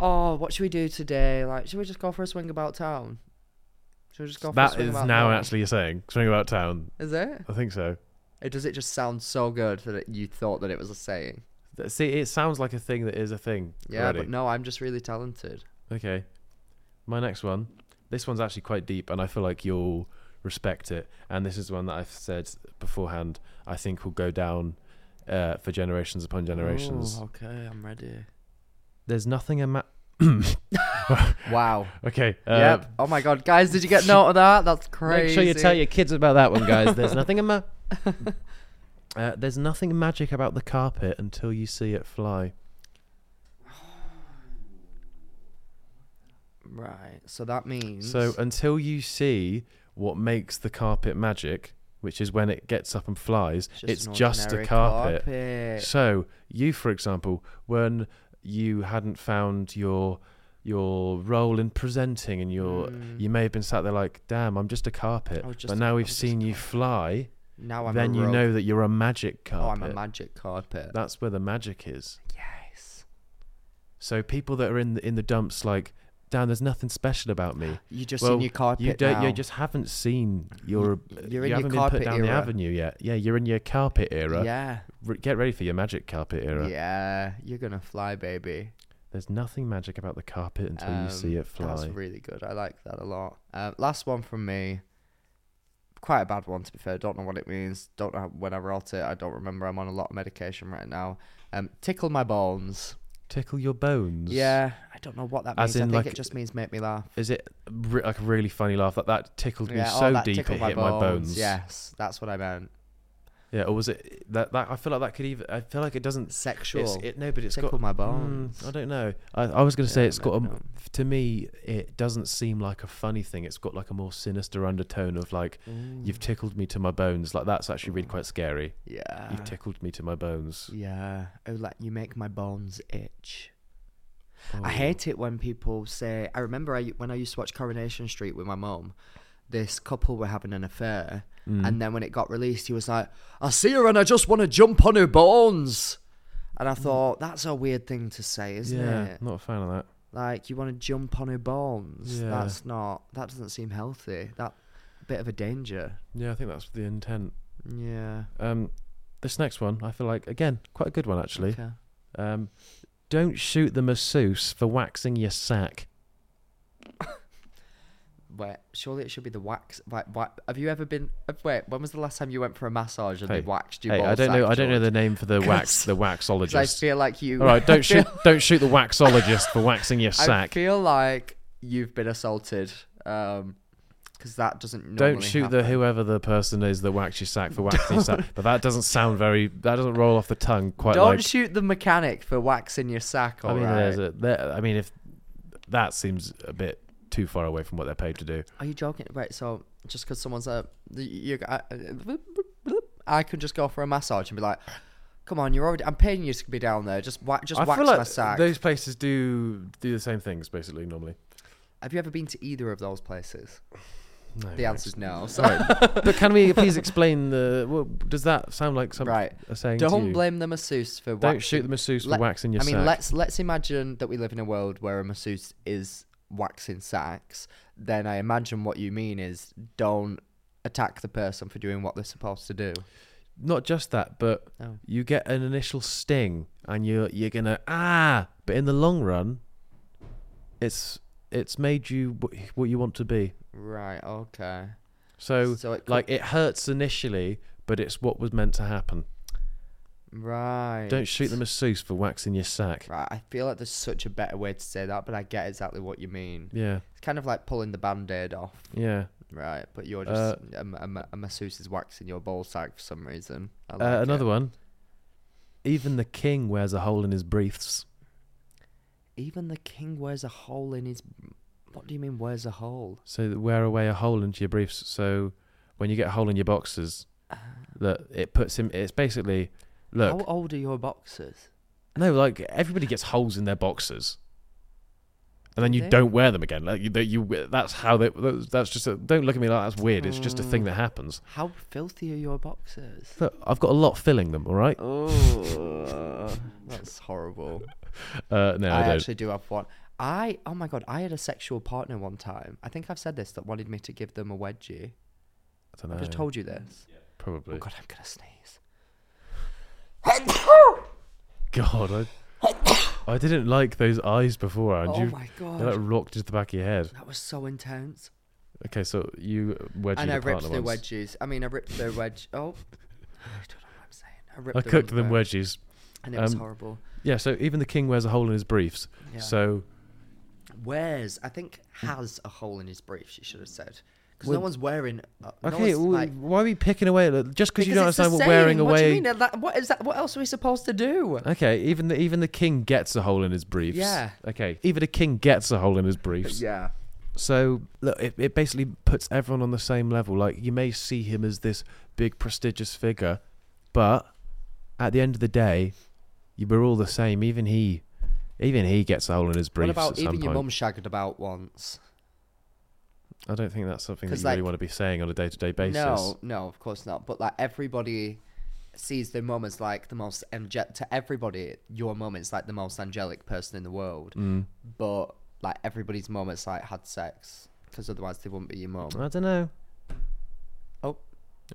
[SPEAKER 1] oh, what should we do today? Like, should we just go for a swing about town? Should we just go for a
[SPEAKER 2] That
[SPEAKER 1] swing
[SPEAKER 2] is
[SPEAKER 1] about
[SPEAKER 2] now
[SPEAKER 1] town?
[SPEAKER 2] actually you're saying swing about town.
[SPEAKER 1] Is it?
[SPEAKER 2] I think so.
[SPEAKER 1] It does it just sound so good that it, you thought that it was a saying?
[SPEAKER 2] Th- See, it sounds like a thing that is a thing.
[SPEAKER 1] Yeah,
[SPEAKER 2] already.
[SPEAKER 1] but no, I'm just really talented.
[SPEAKER 2] Okay. My next one. This one's actually quite deep, and I feel like you'll respect it. And this is one that I've said beforehand. I think will go down uh, for generations upon generations.
[SPEAKER 1] Ooh, Oh, okay, I'm ready.
[SPEAKER 2] There's nothing a ma-
[SPEAKER 1] Wow.
[SPEAKER 2] Okay. Uh,
[SPEAKER 1] yep. Oh my god, guys, did you get note of that? That's crazy.
[SPEAKER 2] Make sure you tell your kids about that one, guys. There's nothing a ma- uh, There's nothing magic about the carpet until you see it fly.
[SPEAKER 1] Right. So that means.
[SPEAKER 2] So until you see what makes the carpet magic, which is when it gets up and flies, it's
[SPEAKER 1] an
[SPEAKER 2] just a
[SPEAKER 1] ordinary
[SPEAKER 2] carpet.
[SPEAKER 1] carpet.
[SPEAKER 2] So you, for example, when you hadn't found your your role in presenting, and your
[SPEAKER 1] Mm.
[SPEAKER 2] you may have been sat there like, "Damn, I'm just a carpet."
[SPEAKER 1] I was Oh, just
[SPEAKER 2] but
[SPEAKER 1] a-
[SPEAKER 2] now
[SPEAKER 1] I
[SPEAKER 2] we've
[SPEAKER 1] was just a
[SPEAKER 2] seen you
[SPEAKER 1] carpet.
[SPEAKER 2] fly,
[SPEAKER 1] Now I'm
[SPEAKER 2] then
[SPEAKER 1] a
[SPEAKER 2] you
[SPEAKER 1] rug.
[SPEAKER 2] know that you're a magic
[SPEAKER 1] Oh, I'm
[SPEAKER 2] carpet.
[SPEAKER 1] a magic carpet.
[SPEAKER 2] That's where the magic is.
[SPEAKER 1] yes.
[SPEAKER 2] So people that are in the, in the dumps, like, "Damn, there's nothing special about me."
[SPEAKER 1] You just
[SPEAKER 2] Well,
[SPEAKER 1] in your carpet
[SPEAKER 2] You don't.
[SPEAKER 1] now.
[SPEAKER 2] You just haven't seen your.
[SPEAKER 1] you're in
[SPEAKER 2] you
[SPEAKER 1] your
[SPEAKER 2] haven't been
[SPEAKER 1] carpet
[SPEAKER 2] put down the
[SPEAKER 1] era.
[SPEAKER 2] avenue yet. Yeah, you're in your carpet era.
[SPEAKER 1] Yeah.
[SPEAKER 2] R- get ready for your magic carpet era.
[SPEAKER 1] Yeah. You're gonna fly, baby.
[SPEAKER 2] There's nothing magic about the carpet until you see
[SPEAKER 1] Um,
[SPEAKER 2] it fly.
[SPEAKER 1] That's really good. I like that a lot. Uh, last one from me. Quite a bad one, to be fair. Don't know what it means. Don't know when I wrote it. I don't remember. I'm on a lot of medication right now. Um, tickle my bones.
[SPEAKER 2] Tickle your bones.
[SPEAKER 1] Yeah, I don't know what that
[SPEAKER 2] As
[SPEAKER 1] means. I
[SPEAKER 2] in,
[SPEAKER 1] think
[SPEAKER 2] like-
[SPEAKER 1] it just means make me laugh.
[SPEAKER 2] Is it re- like a really funny laugh? Like that tickled me
[SPEAKER 1] Yeah, oh,
[SPEAKER 2] so
[SPEAKER 1] that
[SPEAKER 2] deep it
[SPEAKER 1] tickled
[SPEAKER 2] hit my bones.
[SPEAKER 1] Yes, that's what I meant.
[SPEAKER 2] Yeah. Or was it that? That I feel like that could even. I feel like it doesn't. It's,
[SPEAKER 1] Sexual.
[SPEAKER 2] it no, but it's
[SPEAKER 1] tickle
[SPEAKER 2] got.
[SPEAKER 1] my
[SPEAKER 2] Mm,
[SPEAKER 1] bones.
[SPEAKER 2] I don't know. I, I was gonna say
[SPEAKER 1] Yeah,
[SPEAKER 2] it's got. A,
[SPEAKER 1] maybe
[SPEAKER 2] m- to me, it doesn't seem like a funny thing. It's got like a more sinister undertone of like you've tickled me to my bones. Like that's actually really quite scary.
[SPEAKER 1] yeah.
[SPEAKER 2] You've tickled me to my bones.
[SPEAKER 1] yeah. Oh, like you make my bones itch.
[SPEAKER 2] Oh.
[SPEAKER 1] I hate it when people say. I remember I, when I used to watch Coronation Street with my mum. This couple were having an affair,
[SPEAKER 2] Mm.
[SPEAKER 1] and then when it got released, he was like, "I see her and I just want to jump on her bones." And I thought that's a weird thing to say, isn't
[SPEAKER 2] Mm. Yeah,
[SPEAKER 1] it?
[SPEAKER 2] not a fan of that.
[SPEAKER 1] Like you want to jump on her bones.
[SPEAKER 2] Yeah.
[SPEAKER 1] That's not. That doesn't seem healthy. That bit of a danger.
[SPEAKER 2] Yeah, I think that's the intent.
[SPEAKER 1] Yeah.
[SPEAKER 2] Um, this next one, I feel like again quite a good one actually.
[SPEAKER 1] Okay.
[SPEAKER 2] Um, don't shoot the masseuse for waxing your sack.
[SPEAKER 1] Wait, surely it should be the wax. Wait, what, have you ever been? uh, Wait, when was the last time you went for a massage and
[SPEAKER 2] Hey,
[SPEAKER 1] they waxed you?
[SPEAKER 2] Hey, I don't know. I don't know the name for the
[SPEAKER 1] Because-
[SPEAKER 2] wax. The
[SPEAKER 1] Because I
[SPEAKER 2] waxologist.
[SPEAKER 1] feel like you.
[SPEAKER 2] All right, don't
[SPEAKER 1] I feel-
[SPEAKER 2] shoot. Don't shoot the waxologist for waxing your
[SPEAKER 1] I
[SPEAKER 2] sack.
[SPEAKER 1] feel like you've been assaulted. Um, because that doesn't.
[SPEAKER 2] Don't
[SPEAKER 1] normally
[SPEAKER 2] shoot the
[SPEAKER 1] happen.
[SPEAKER 2] whoever the person is that waxed your sack for waxing your sack. But that doesn't sound very. That doesn't roll off the tongue quite
[SPEAKER 1] Don't
[SPEAKER 2] like.
[SPEAKER 1] shoot the mechanic for waxing your sack.
[SPEAKER 2] I
[SPEAKER 1] All
[SPEAKER 2] mean,
[SPEAKER 1] right.
[SPEAKER 2] there's a, there, I mean, if that seems a bit too far away from what they're paid to do.
[SPEAKER 1] Are you joking? Right. So just because someone's a, you, I, I can just go for a massage and be like, "Come on, you're already. I'm paying you to be down there. Just wax, just
[SPEAKER 2] I
[SPEAKER 1] wax
[SPEAKER 2] feel like
[SPEAKER 1] my sack."
[SPEAKER 2] those places do do the same things basically normally.
[SPEAKER 1] Have you ever been to either of those places?
[SPEAKER 2] No,
[SPEAKER 1] The answer's no. So.
[SPEAKER 2] Right. but can we please explain the? What, does that sound like something?
[SPEAKER 1] Right.
[SPEAKER 2] A saying to
[SPEAKER 1] Don't
[SPEAKER 2] you?
[SPEAKER 1] blame the masseuse for
[SPEAKER 2] Don't
[SPEAKER 1] waxing.
[SPEAKER 2] shoot the masseuse
[SPEAKER 1] Let-
[SPEAKER 2] for waxing your
[SPEAKER 1] I mean,
[SPEAKER 2] sack.
[SPEAKER 1] let's let's imagine that we live in a world where a masseuse is waxing sacks. Then I imagine what you mean is don't attack the person for doing what they're supposed to do.
[SPEAKER 2] Not just that, but
[SPEAKER 1] Oh.
[SPEAKER 2] you get an initial sting, and you're you're gonna ah. But in the long run, it's it's made you wh- what you want to be.
[SPEAKER 1] Right. Okay.
[SPEAKER 2] So,
[SPEAKER 1] So it could-
[SPEAKER 2] like it hurts initially, but it's what was meant to happen.
[SPEAKER 1] Right.
[SPEAKER 2] Don't shoot the masseuse for waxing your sack.
[SPEAKER 1] Right. I feel like there's such a better way to say that, but I get exactly what you mean.
[SPEAKER 2] Yeah,
[SPEAKER 1] It's kind of like pulling the band-aid off.
[SPEAKER 2] yeah.
[SPEAKER 1] Right. But you're
[SPEAKER 2] Uh,
[SPEAKER 1] just a, a, a masseuse is waxing your ball sack for some reason. I
[SPEAKER 2] Uh,
[SPEAKER 1] like
[SPEAKER 2] another
[SPEAKER 1] it.
[SPEAKER 2] one. Even the king wears a hole in his briefs.
[SPEAKER 1] Even the king wears a hole in his. What do you mean wears a hole?
[SPEAKER 2] So that wear away a hole into your briefs. So when you get a hole in your boxers,
[SPEAKER 1] Uh.
[SPEAKER 2] that it puts him. It's basically look.
[SPEAKER 1] How old are your boxers?
[SPEAKER 2] No, like everybody gets holes in their boxers, and then
[SPEAKER 1] Do
[SPEAKER 2] you
[SPEAKER 1] they?
[SPEAKER 2] don't wear them again. Like you, that you that's how they. That's just. A, don't look at me like that's weird. It's just a thing
[SPEAKER 1] Hmm.
[SPEAKER 2] that happens.
[SPEAKER 1] How filthy are your boxers?
[SPEAKER 2] Look, I've got a lot filling them. All right.
[SPEAKER 1] Oh, that's horrible.
[SPEAKER 2] Uh, no, I,
[SPEAKER 1] I,
[SPEAKER 2] don't.
[SPEAKER 1] actually do have one. I oh my god, I had a sexual partner one time. I think I've said this that wanted me to give them a wedgie.
[SPEAKER 2] I don't know.
[SPEAKER 1] I've just told you this. Oh
[SPEAKER 2] Probably.
[SPEAKER 1] God, I'm gonna sneeze.
[SPEAKER 2] God, I, I didn't like those eyes before, and
[SPEAKER 1] oh
[SPEAKER 2] you
[SPEAKER 1] my god,
[SPEAKER 2] they like rocked into the back of your head.
[SPEAKER 1] that was so intense.
[SPEAKER 2] Okay, so you wedged
[SPEAKER 1] and I
[SPEAKER 2] your
[SPEAKER 1] ripped
[SPEAKER 2] partner
[SPEAKER 1] their
[SPEAKER 2] once.
[SPEAKER 1] wedgies. I mean, I ripped their wedge. Oh, I don't know what I'm saying. I ripped.
[SPEAKER 2] I
[SPEAKER 1] their
[SPEAKER 2] cooked them
[SPEAKER 1] underwear,
[SPEAKER 2] wedgies.
[SPEAKER 1] and it was
[SPEAKER 2] um,
[SPEAKER 1] horrible.
[SPEAKER 2] Yeah, so even the king wears a hole in his briefs.
[SPEAKER 1] Yeah.
[SPEAKER 2] So
[SPEAKER 1] wears, I think, has a hole in his briefs. You should have said because no
[SPEAKER 2] Hmm. Well-
[SPEAKER 1] one's wearing. Uh, no
[SPEAKER 2] okay,
[SPEAKER 1] one's,
[SPEAKER 2] well,
[SPEAKER 1] like,
[SPEAKER 2] why are we picking away? at it? Just because you don't
[SPEAKER 1] it's the
[SPEAKER 2] understand what wearing
[SPEAKER 1] saying,
[SPEAKER 2] away.
[SPEAKER 1] What, do you mean? Like, what is that? What else are we supposed to do?
[SPEAKER 2] Okay, even the even the king gets a hole in his briefs.
[SPEAKER 1] Yeah.
[SPEAKER 2] Okay, even a king gets a hole in his briefs.
[SPEAKER 1] Yeah.
[SPEAKER 2] So look, it, it basically puts everyone on the same level. Like you may see him as this big prestigious figure, but at the end of the day, you we're all the same. Even he, even he gets a hole in his
[SPEAKER 1] What
[SPEAKER 2] briefs
[SPEAKER 1] about
[SPEAKER 2] at some
[SPEAKER 1] even your
[SPEAKER 2] point.
[SPEAKER 1] mum shagged about once?
[SPEAKER 2] I don't think that's something that
[SPEAKER 1] 'Cause,
[SPEAKER 2] you really
[SPEAKER 1] like-
[SPEAKER 2] want to be saying on a day to day basis.
[SPEAKER 1] No, no, of course not. But like everybody sees their mum as like the most angelic. To everybody, your mum is like the most angelic person in the world.
[SPEAKER 2] Mm.
[SPEAKER 1] But like everybody's mum has like had sex because otherwise they wouldn't be your mum.
[SPEAKER 2] I don't know.
[SPEAKER 1] Oh.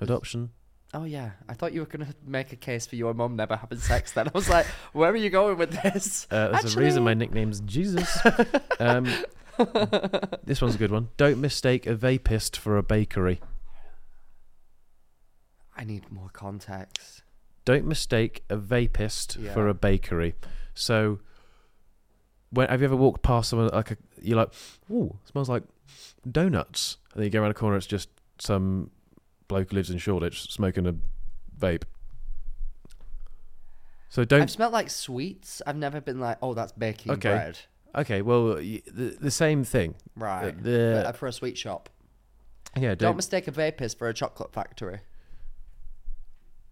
[SPEAKER 2] Adoption.
[SPEAKER 1] Oh yeah, I thought you were gonna make a case for your mum never having sex. Then I was like, where are you going with this?
[SPEAKER 2] Uh, there's a reason my nickname's Jesus. um, this one's a good one. Don't mistake a vapist for a bakery.
[SPEAKER 1] I need more context.
[SPEAKER 2] Don't mistake a vapist
[SPEAKER 1] Yeah.
[SPEAKER 2] for a bakery. So, when have you ever walked past someone like a, you're like, ooh, smells like donuts, and then you go around a corner, it's just some bloke who lives in Shoreditch smoking a vape. So
[SPEAKER 1] I've
[SPEAKER 2] don't.
[SPEAKER 1] smelled like sweets. I've never been like, oh, that's baking
[SPEAKER 2] Okay.
[SPEAKER 1] bread,
[SPEAKER 2] Okay, well, y- the, the same thing.
[SPEAKER 1] right?
[SPEAKER 2] the-
[SPEAKER 1] But, uh, for a sweet shop.
[SPEAKER 2] Yeah,
[SPEAKER 1] Don't,
[SPEAKER 2] don't.
[SPEAKER 1] mistake a vapist for a chocolate factory.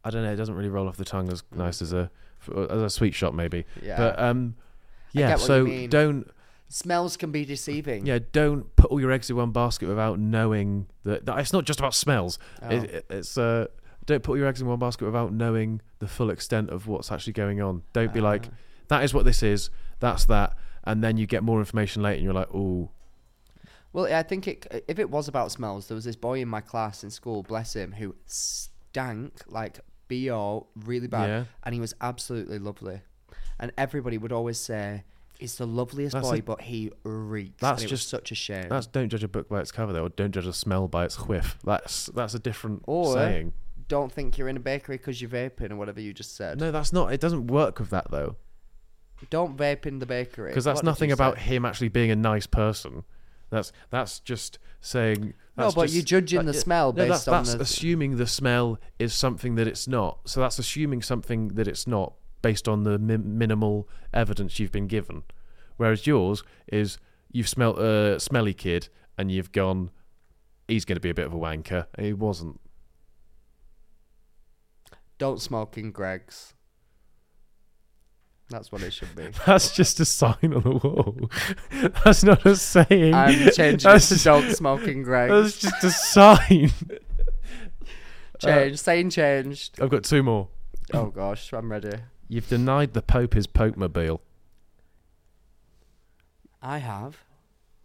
[SPEAKER 2] I don't know. It doesn't really roll off the tongue as nice as a uh, as a sweet shop maybe.
[SPEAKER 1] Mm. Yeah.
[SPEAKER 2] But um, yeah.
[SPEAKER 1] get what you
[SPEAKER 2] So
[SPEAKER 1] mean.
[SPEAKER 2] don't
[SPEAKER 1] Smells can be deceiving.
[SPEAKER 2] yeah don't put all your eggs in one basket without knowing that, that it's not just about smells.
[SPEAKER 1] Oh.
[SPEAKER 2] It, it- it's uh don't put all your eggs in one basket without knowing the full extent of what's actually going on. Don't be like
[SPEAKER 1] Ah.
[SPEAKER 2] that is what this is. That's that. And then you get more information later, and you're like, oh,
[SPEAKER 1] Well, I think it, if it was about smells, there was this boy in my class in school, bless him, who stank like bo really bad,
[SPEAKER 2] Yeah.
[SPEAKER 1] and he was absolutely lovely, and everybody would always say. He's the loveliest
[SPEAKER 2] That's
[SPEAKER 1] boy,
[SPEAKER 2] a-
[SPEAKER 1] but he reeks.
[SPEAKER 2] That's
[SPEAKER 1] and it
[SPEAKER 2] just-
[SPEAKER 1] was such a shame.
[SPEAKER 2] that's don't judge a book by its cover, though, or don't judge a smell by its whiff. That's that's a different
[SPEAKER 1] Or-
[SPEAKER 2] saying.
[SPEAKER 1] Don't think you're in a bakery because you're vaping or whatever you just said.
[SPEAKER 2] No, that's not. It doesn't work with that though.
[SPEAKER 1] Don't vape in the bakery
[SPEAKER 2] because that's
[SPEAKER 1] What did
[SPEAKER 2] nothing
[SPEAKER 1] you
[SPEAKER 2] about
[SPEAKER 1] say?
[SPEAKER 2] him actually being a nice person. That's that's just saying.
[SPEAKER 1] No,
[SPEAKER 2] that's
[SPEAKER 1] but
[SPEAKER 2] just-
[SPEAKER 1] you're judging the
[SPEAKER 2] yeah,
[SPEAKER 1] smell
[SPEAKER 2] no, that's,
[SPEAKER 1] based on
[SPEAKER 2] that's
[SPEAKER 1] the-
[SPEAKER 2] assuming the smell is something that it's not. So that's assuming something that it's not based on the min- minimal evidence you've been given. Whereas yours is you've smelt a smelly kid and you've gone, he's going to be a bit of a wanker, and he wasn't.
[SPEAKER 1] Don't smoke in Greg's. That's what it should be.
[SPEAKER 2] That's just a sign on the wall. that's not a saying.
[SPEAKER 1] I'm changing it
[SPEAKER 2] That's
[SPEAKER 1] to don't smoke in Greg's.
[SPEAKER 2] that's just a sign. Uh,
[SPEAKER 1] Change. Saying changed.
[SPEAKER 2] I've got two more.
[SPEAKER 1] Oh gosh, I'm ready.
[SPEAKER 2] You've denied the Pope his Pope mobile.
[SPEAKER 1] I have.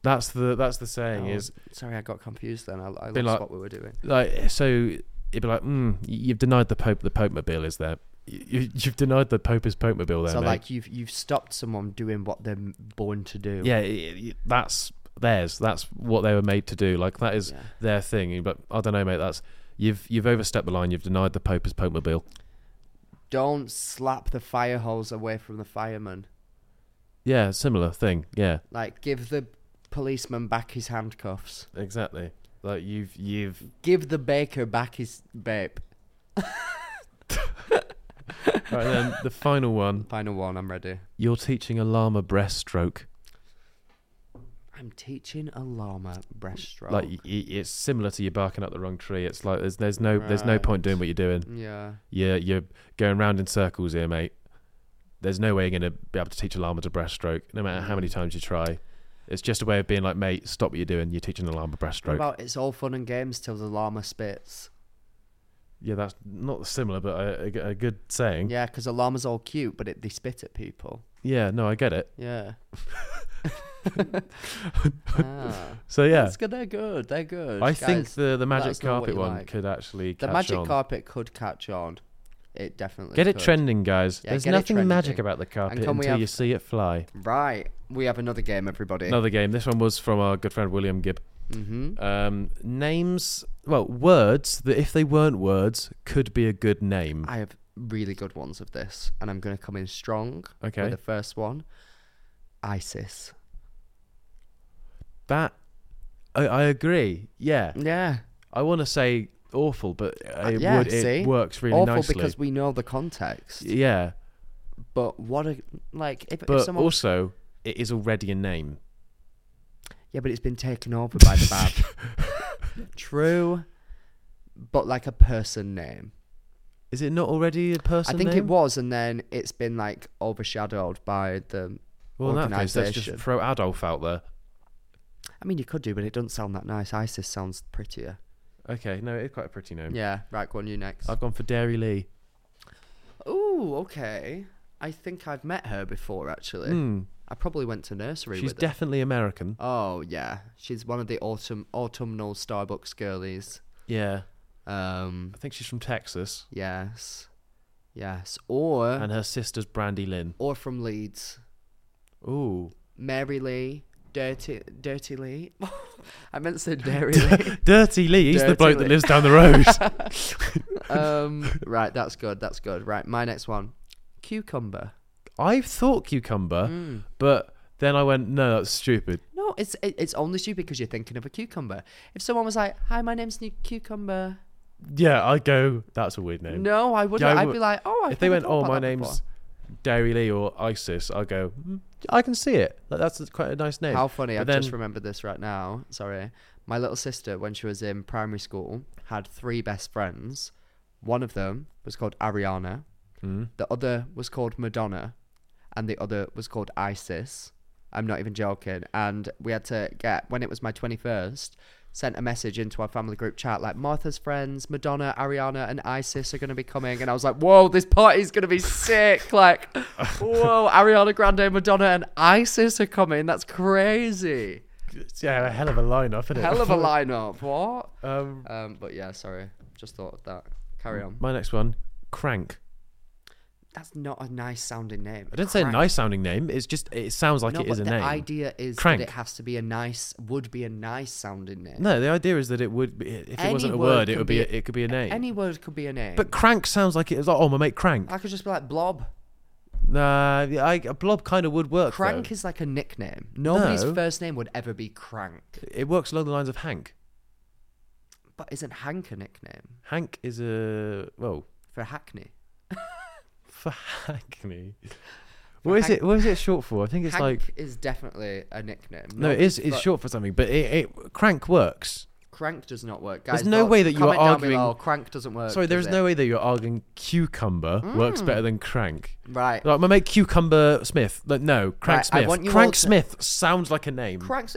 [SPEAKER 2] That's the that's the saying
[SPEAKER 1] Oh,
[SPEAKER 2] is
[SPEAKER 1] sorry, I got confused then. I, I lost
[SPEAKER 2] Been like-
[SPEAKER 1] what we were doing.
[SPEAKER 2] like so. It'd be like, mm, you've denied the Pope. The Pope mobile is there. You, you've denied the Pope his Pope mobile. There,
[SPEAKER 1] So
[SPEAKER 2] mate.
[SPEAKER 1] like you've you've stopped someone doing what they're born to do.
[SPEAKER 2] yeah, i- i- that's theirs. That's what they were made to do. Like that is
[SPEAKER 1] Yeah.
[SPEAKER 2] their thing. But I don't know, mate. That's you've you've overstepped the line. You've denied the Pope his Pope mobile.
[SPEAKER 1] Don't slap the fire hose away from the fireman.
[SPEAKER 2] Yeah, similar thing. Yeah,
[SPEAKER 1] Like give the policeman back his handcuffs.
[SPEAKER 2] exactly. Like you've you've
[SPEAKER 1] Give the baker back his babe.
[SPEAKER 2] right. Then the final one.
[SPEAKER 1] Final one. I'm ready.
[SPEAKER 2] You're teaching a llama breaststroke.
[SPEAKER 1] I'm teaching a llama breaststroke.
[SPEAKER 2] like y- y- it's similar to you barking up the wrong tree. It's like there's there's no there's no point doing what you're doing.
[SPEAKER 1] yeah.
[SPEAKER 2] You're you're going round in circles here, mate. There's no way you're gonna be able to teach a llama to breaststroke, no matter how many
[SPEAKER 1] Mm.
[SPEAKER 2] times you try. It's just a way of being like, mate, stop what you're doing. You're teaching a llama
[SPEAKER 1] What
[SPEAKER 2] breaststroke.
[SPEAKER 1] about it's all fun and games till the llama spits?
[SPEAKER 2] yeah, that's not similar, but a, a g- a good saying. Yeah.
[SPEAKER 1] Yeah, because a llama's all cute, but it, they spit at people.
[SPEAKER 2] no, I get it.
[SPEAKER 1] Yeah. Ah.
[SPEAKER 2] So yeah,
[SPEAKER 1] That's good. They're good. They're good.
[SPEAKER 2] I think
[SPEAKER 1] Guys,
[SPEAKER 2] the the magic
[SPEAKER 1] us know what
[SPEAKER 2] carpet
[SPEAKER 1] you
[SPEAKER 2] one
[SPEAKER 1] like.
[SPEAKER 2] could actually
[SPEAKER 1] the
[SPEAKER 2] catch
[SPEAKER 1] magic
[SPEAKER 2] on.
[SPEAKER 1] carpet could catch on. It definitely
[SPEAKER 2] Get it
[SPEAKER 1] could.
[SPEAKER 2] trending, guys.
[SPEAKER 1] Yeah,
[SPEAKER 2] There's
[SPEAKER 1] get it
[SPEAKER 2] nothing magic
[SPEAKER 1] trending.
[SPEAKER 2] about the carpet
[SPEAKER 1] can we
[SPEAKER 2] until
[SPEAKER 1] have-
[SPEAKER 2] you see it fly.
[SPEAKER 1] Right. We have another game, everybody.
[SPEAKER 2] Another game. This one was from our good friend William Gibb.
[SPEAKER 1] Mm-hmm.
[SPEAKER 2] Um, names, well, words that if they weren't words could be a good name.
[SPEAKER 1] I have really good ones of this, and I'm going to come in strong with
[SPEAKER 2] Okay,
[SPEAKER 1] the first one. ISIS.
[SPEAKER 2] that I, I agree. Yeah,
[SPEAKER 1] Yeah.
[SPEAKER 2] I want to say awful, but it
[SPEAKER 1] Uh, yeah,
[SPEAKER 2] would it
[SPEAKER 1] see?
[SPEAKER 2] works really
[SPEAKER 1] Awful
[SPEAKER 2] nicely.
[SPEAKER 1] because we know the context.
[SPEAKER 2] yeah,
[SPEAKER 1] But what a like if, if
[SPEAKER 2] but
[SPEAKER 1] someone
[SPEAKER 2] also it is already a name.
[SPEAKER 1] Yeah, but it's been taken over by the bad. True. But like a person name.
[SPEAKER 2] Is it not already a person?
[SPEAKER 1] I think it
[SPEAKER 2] name?
[SPEAKER 1] was and then it's been like overshadowed by the
[SPEAKER 2] Well, in that case, let's just
[SPEAKER 1] organisation.
[SPEAKER 2] throw Adolf out there.
[SPEAKER 1] I mean you could do, but it doesn't sound that nice. ISIS sounds prettier.
[SPEAKER 2] Okay, no, it's quite a pretty name.
[SPEAKER 1] Yeah, right, go on you next.
[SPEAKER 2] I've gone for Dairy Lee.
[SPEAKER 1] Ooh, okay. I think I've met her before actually.
[SPEAKER 2] Hmm,
[SPEAKER 1] I probably went to nursery
[SPEAKER 2] she's
[SPEAKER 1] with her.
[SPEAKER 2] definitely American.
[SPEAKER 1] Oh yeah. She's one of the autumn autumnal Starbucks girlies.
[SPEAKER 2] Yeah,
[SPEAKER 1] Um
[SPEAKER 2] I think she's from Texas,
[SPEAKER 1] yes. Yes. Or
[SPEAKER 2] and her sister's Brandy Lynn.
[SPEAKER 1] or from Leeds.
[SPEAKER 2] Ooh,
[SPEAKER 1] Mary Lee, Dirty Dirty Lee. I meant to say Dairy Lee.
[SPEAKER 2] Dirty Lee. He's the
[SPEAKER 1] Dirty
[SPEAKER 2] bloke that
[SPEAKER 1] Lee.
[SPEAKER 2] lives down the road.
[SPEAKER 1] um, right, that's good. That's good. Right, my next one, cucumber. Hmm.
[SPEAKER 2] I thought cucumber,
[SPEAKER 1] Mm.
[SPEAKER 2] but then I went, no, that's stupid.
[SPEAKER 1] No, it's it, it's only stupid because you're thinking of a cucumber. If someone was like, "Hi, my name's New Cucumber,"
[SPEAKER 2] Yeah, I go, that's a weird name.
[SPEAKER 1] no, I wouldn't.
[SPEAKER 2] Yeah, I
[SPEAKER 1] I'd
[SPEAKER 2] would-
[SPEAKER 1] be like, "Oh, I've
[SPEAKER 2] if they
[SPEAKER 1] never
[SPEAKER 2] went,
[SPEAKER 1] thought
[SPEAKER 2] oh,
[SPEAKER 1] about
[SPEAKER 2] my
[SPEAKER 1] that
[SPEAKER 2] name's
[SPEAKER 1] before."
[SPEAKER 2] Dairy Lee or ISIS, I'll go, "Hmm, I can see it. Like, that's quite a nice name.
[SPEAKER 1] How funny!
[SPEAKER 2] But
[SPEAKER 1] I've just
[SPEAKER 2] then-
[SPEAKER 1] remembered this right now. Sorry, my little sister, when she was in primary school, had three best friends. One of them was called Ariana.
[SPEAKER 2] Hmm.
[SPEAKER 1] The other was called Madonna, and the other was called ISIS. I'm not even joking. And we had to get when it was my 21st, sent a message into our family group chat like Martha's friends, Madonna, Ariana, and ISIS are going to be coming. And I was like, whoa, this party's going to be sick! Like, whoa, Ariana Grande, Madonna, and ISIS are coming. That's crazy.
[SPEAKER 2] Yeah, a hell of a lineup, isn't it?
[SPEAKER 1] Hell of a lineup. What?
[SPEAKER 2] Um,
[SPEAKER 1] Um, but yeah, sorry, just thought of that. Carry on.
[SPEAKER 2] my next one, Crank.
[SPEAKER 1] That's not a nice sounding name.
[SPEAKER 2] I didn't say a
[SPEAKER 1] Crank.
[SPEAKER 2] nice sounding name. It's just it sounds like
[SPEAKER 1] no,
[SPEAKER 2] it is a
[SPEAKER 1] but the
[SPEAKER 2] name.
[SPEAKER 1] idea is
[SPEAKER 2] Crank.
[SPEAKER 1] that it has to be a nice, would be a nice sounding name.
[SPEAKER 2] No, the idea is that it would be, if it
[SPEAKER 1] Any
[SPEAKER 2] wasn't a
[SPEAKER 1] word
[SPEAKER 2] word, it
[SPEAKER 1] can
[SPEAKER 2] would be,
[SPEAKER 1] be-
[SPEAKER 2] a, it could be a name.
[SPEAKER 1] Any word could be a name.
[SPEAKER 2] but crank sounds like it was like oh my mate crank.
[SPEAKER 1] I could just be like Blob.
[SPEAKER 2] Nah, I, a blob kind of would work.
[SPEAKER 1] Crank
[SPEAKER 2] though.
[SPEAKER 1] is like a nickname. Nobody's
[SPEAKER 2] No.
[SPEAKER 1] first name would ever be Crank.
[SPEAKER 2] it works along the lines of Hank.
[SPEAKER 1] But isn't Hank a nickname
[SPEAKER 2] Hank is a well
[SPEAKER 1] for Hackney?
[SPEAKER 2] for Hackney. What is it? What is it short for? I think it's
[SPEAKER 1] Hank
[SPEAKER 2] like
[SPEAKER 1] is definitely a nickname.
[SPEAKER 2] no, it
[SPEAKER 1] Nobody's
[SPEAKER 2] is it's
[SPEAKER 1] fir-
[SPEAKER 2] short for something, but it, it crank works.
[SPEAKER 1] Crank does not work, guys.
[SPEAKER 2] There's no way that you are
[SPEAKER 1] comment down
[SPEAKER 2] arguing-
[SPEAKER 1] below, Crank doesn't work.
[SPEAKER 2] Sorry, there
[SPEAKER 1] does
[SPEAKER 2] is
[SPEAKER 1] it?" Mm.
[SPEAKER 2] no way that you're arguing cucumber works better than crank.
[SPEAKER 1] right.
[SPEAKER 2] Like my mate Cucumber Smith. Like, no, Crank
[SPEAKER 1] Right, I
[SPEAKER 2] Smith.
[SPEAKER 1] want you all
[SPEAKER 2] Crank
[SPEAKER 1] to-
[SPEAKER 2] Smith sounds like a name.
[SPEAKER 1] Crank's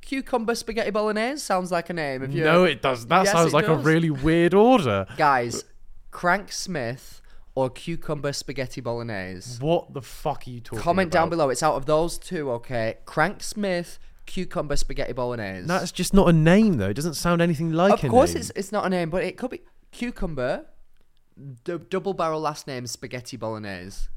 [SPEAKER 1] cucumber spaghetti bolognese sounds like a name. If you
[SPEAKER 2] No, it does. That
[SPEAKER 1] Yes,
[SPEAKER 2] sounds
[SPEAKER 1] it
[SPEAKER 2] like a
[SPEAKER 1] does.
[SPEAKER 2] really weird order.
[SPEAKER 1] guys, Crank Smith or cucumber spaghetti bolognese.
[SPEAKER 2] What the fuck are you talking?
[SPEAKER 1] Comment
[SPEAKER 2] about?
[SPEAKER 1] down below. It's out of those two, okay? Crank Smith, cucumber spaghetti bolognese.
[SPEAKER 2] That's just not a name, though. It doesn't sound anything like
[SPEAKER 1] of
[SPEAKER 2] a
[SPEAKER 1] course,
[SPEAKER 2] name.
[SPEAKER 1] it's it's not a name, but it could be cucumber. D- double barrel last name spaghetti bolognese.